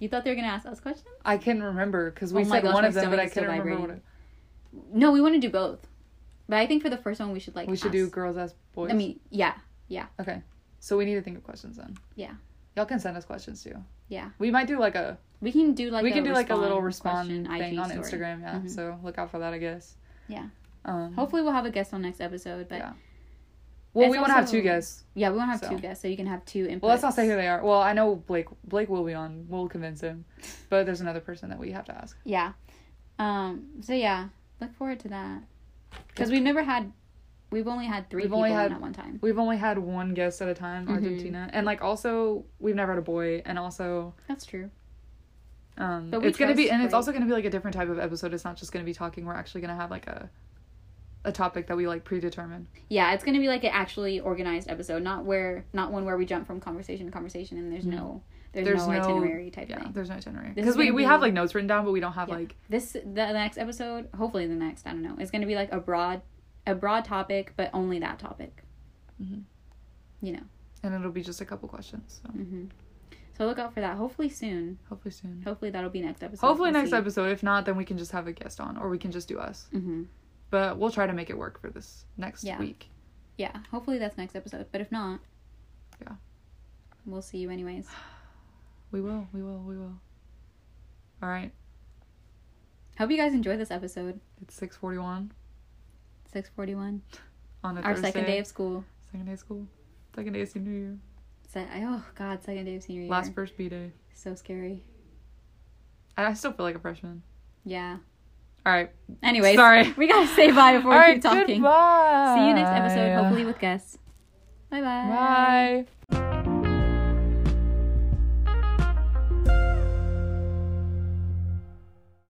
S2: You thought they were going to ask us questions?
S1: I can remember because we
S2: Oh my
S1: said
S2: gosh,
S1: one
S2: my
S1: of them, but
S2: stomach
S1: I
S2: is still
S1: can't remember what.
S2: vibrating.
S1: It,
S2: No, we want to do both. But I think for the first one, we should like.
S1: we should
S2: ask-
S1: do girls ask boys.
S2: I mean, yeah.
S1: okay. So we need to think of questions then.
S2: Yeah.
S1: Y'all can send us questions too.
S2: Yeah.
S1: We might do like a
S2: We can do like
S1: we can do like a little
S2: respond
S1: respond
S2: question,
S1: thing
S2: IG
S1: on
S2: story.
S1: Instagram, yeah.
S2: Mhm.
S1: So look out for that, I guess.
S2: Yeah.
S1: Um,
S2: Hopefully, we'll have a guest on next episode. But yeah,
S1: Yeah. well,
S2: it's
S1: we want to have
S2: also-
S1: two guests.
S2: we won't have
S1: So.
S2: two guests, so you can have two inputs.
S1: Well, let's not say who they are. Well, I know Blake. Blake will be on. We'll convince him. But there's another person that we have to ask.
S2: Yeah. Um. So yeah, look forward to that because we've never had, we've only had 3
S1: We've
S2: people
S1: only
S2: on
S1: had-
S2: at one time.
S1: We've only had one guest at a time,
S2: Mm-hmm.
S1: Argentina, and like also we've never had a boy, and also
S2: That's true.
S1: um,
S2: But we
S1: it's gonna be
S2: trust
S1: and it's
S2: Blake.
S1: also gonna be like a different type of episode. It's not just gonna be talking. We're actually gonna have like a a topic that we like predetermine.
S2: Yeah, it's gonna be like an actually organized episode, not where, not one where we jump from conversation to conversation and there's no, there's,
S1: Mm-hmm. There's
S2: no,
S1: no-
S2: itinerary type
S1: Yeah,
S2: thing.
S1: there's no itinerary
S2: This
S1: because
S2: is
S1: we
S2: gonna
S1: we
S2: be-
S1: have like notes written down, but we don't have
S2: Yeah.
S1: like
S2: This the next episode, hopefully the next, I don't know, is gonna be like a broad, a broad topic, but only that topic.
S1: Mhm.
S2: You know.
S1: and it'll be just a couple questions. So
S2: hmm So look out for that. Hopefully soon.
S1: hopefully soon.
S2: Hopefully that'll be next episode.
S1: Hopefully next episode. If not, then we can just have a guest on, or we can just do us.
S2: hmm
S1: But we'll try to make it work for this next
S2: Yeah.
S1: week.
S2: Yeah, hopefully that's next episode. But if not,
S1: Yeah.
S2: we'll see you anyways.
S1: We will. We will. We will. All right.
S2: Hope you guys enjoyed this episode.
S1: It's 6:41
S2: Six forty one.
S1: on a
S2: Our
S1: Thursday.
S2: second day of school.
S1: second day of school. Second day of senior year.
S2: Se- oh God, second day of senior year.
S1: Last first B day.
S2: so scary.
S1: I I still feel like a freshman.
S2: Yeah.
S1: All right.
S2: Anyways,
S1: Sorry.
S2: We gotta say bye before
S1: All
S2: we
S1: right.
S2: keep talking.
S1: Goodbye.
S2: See you next episode, hopefully with guests. Bye bye.
S1: Bye.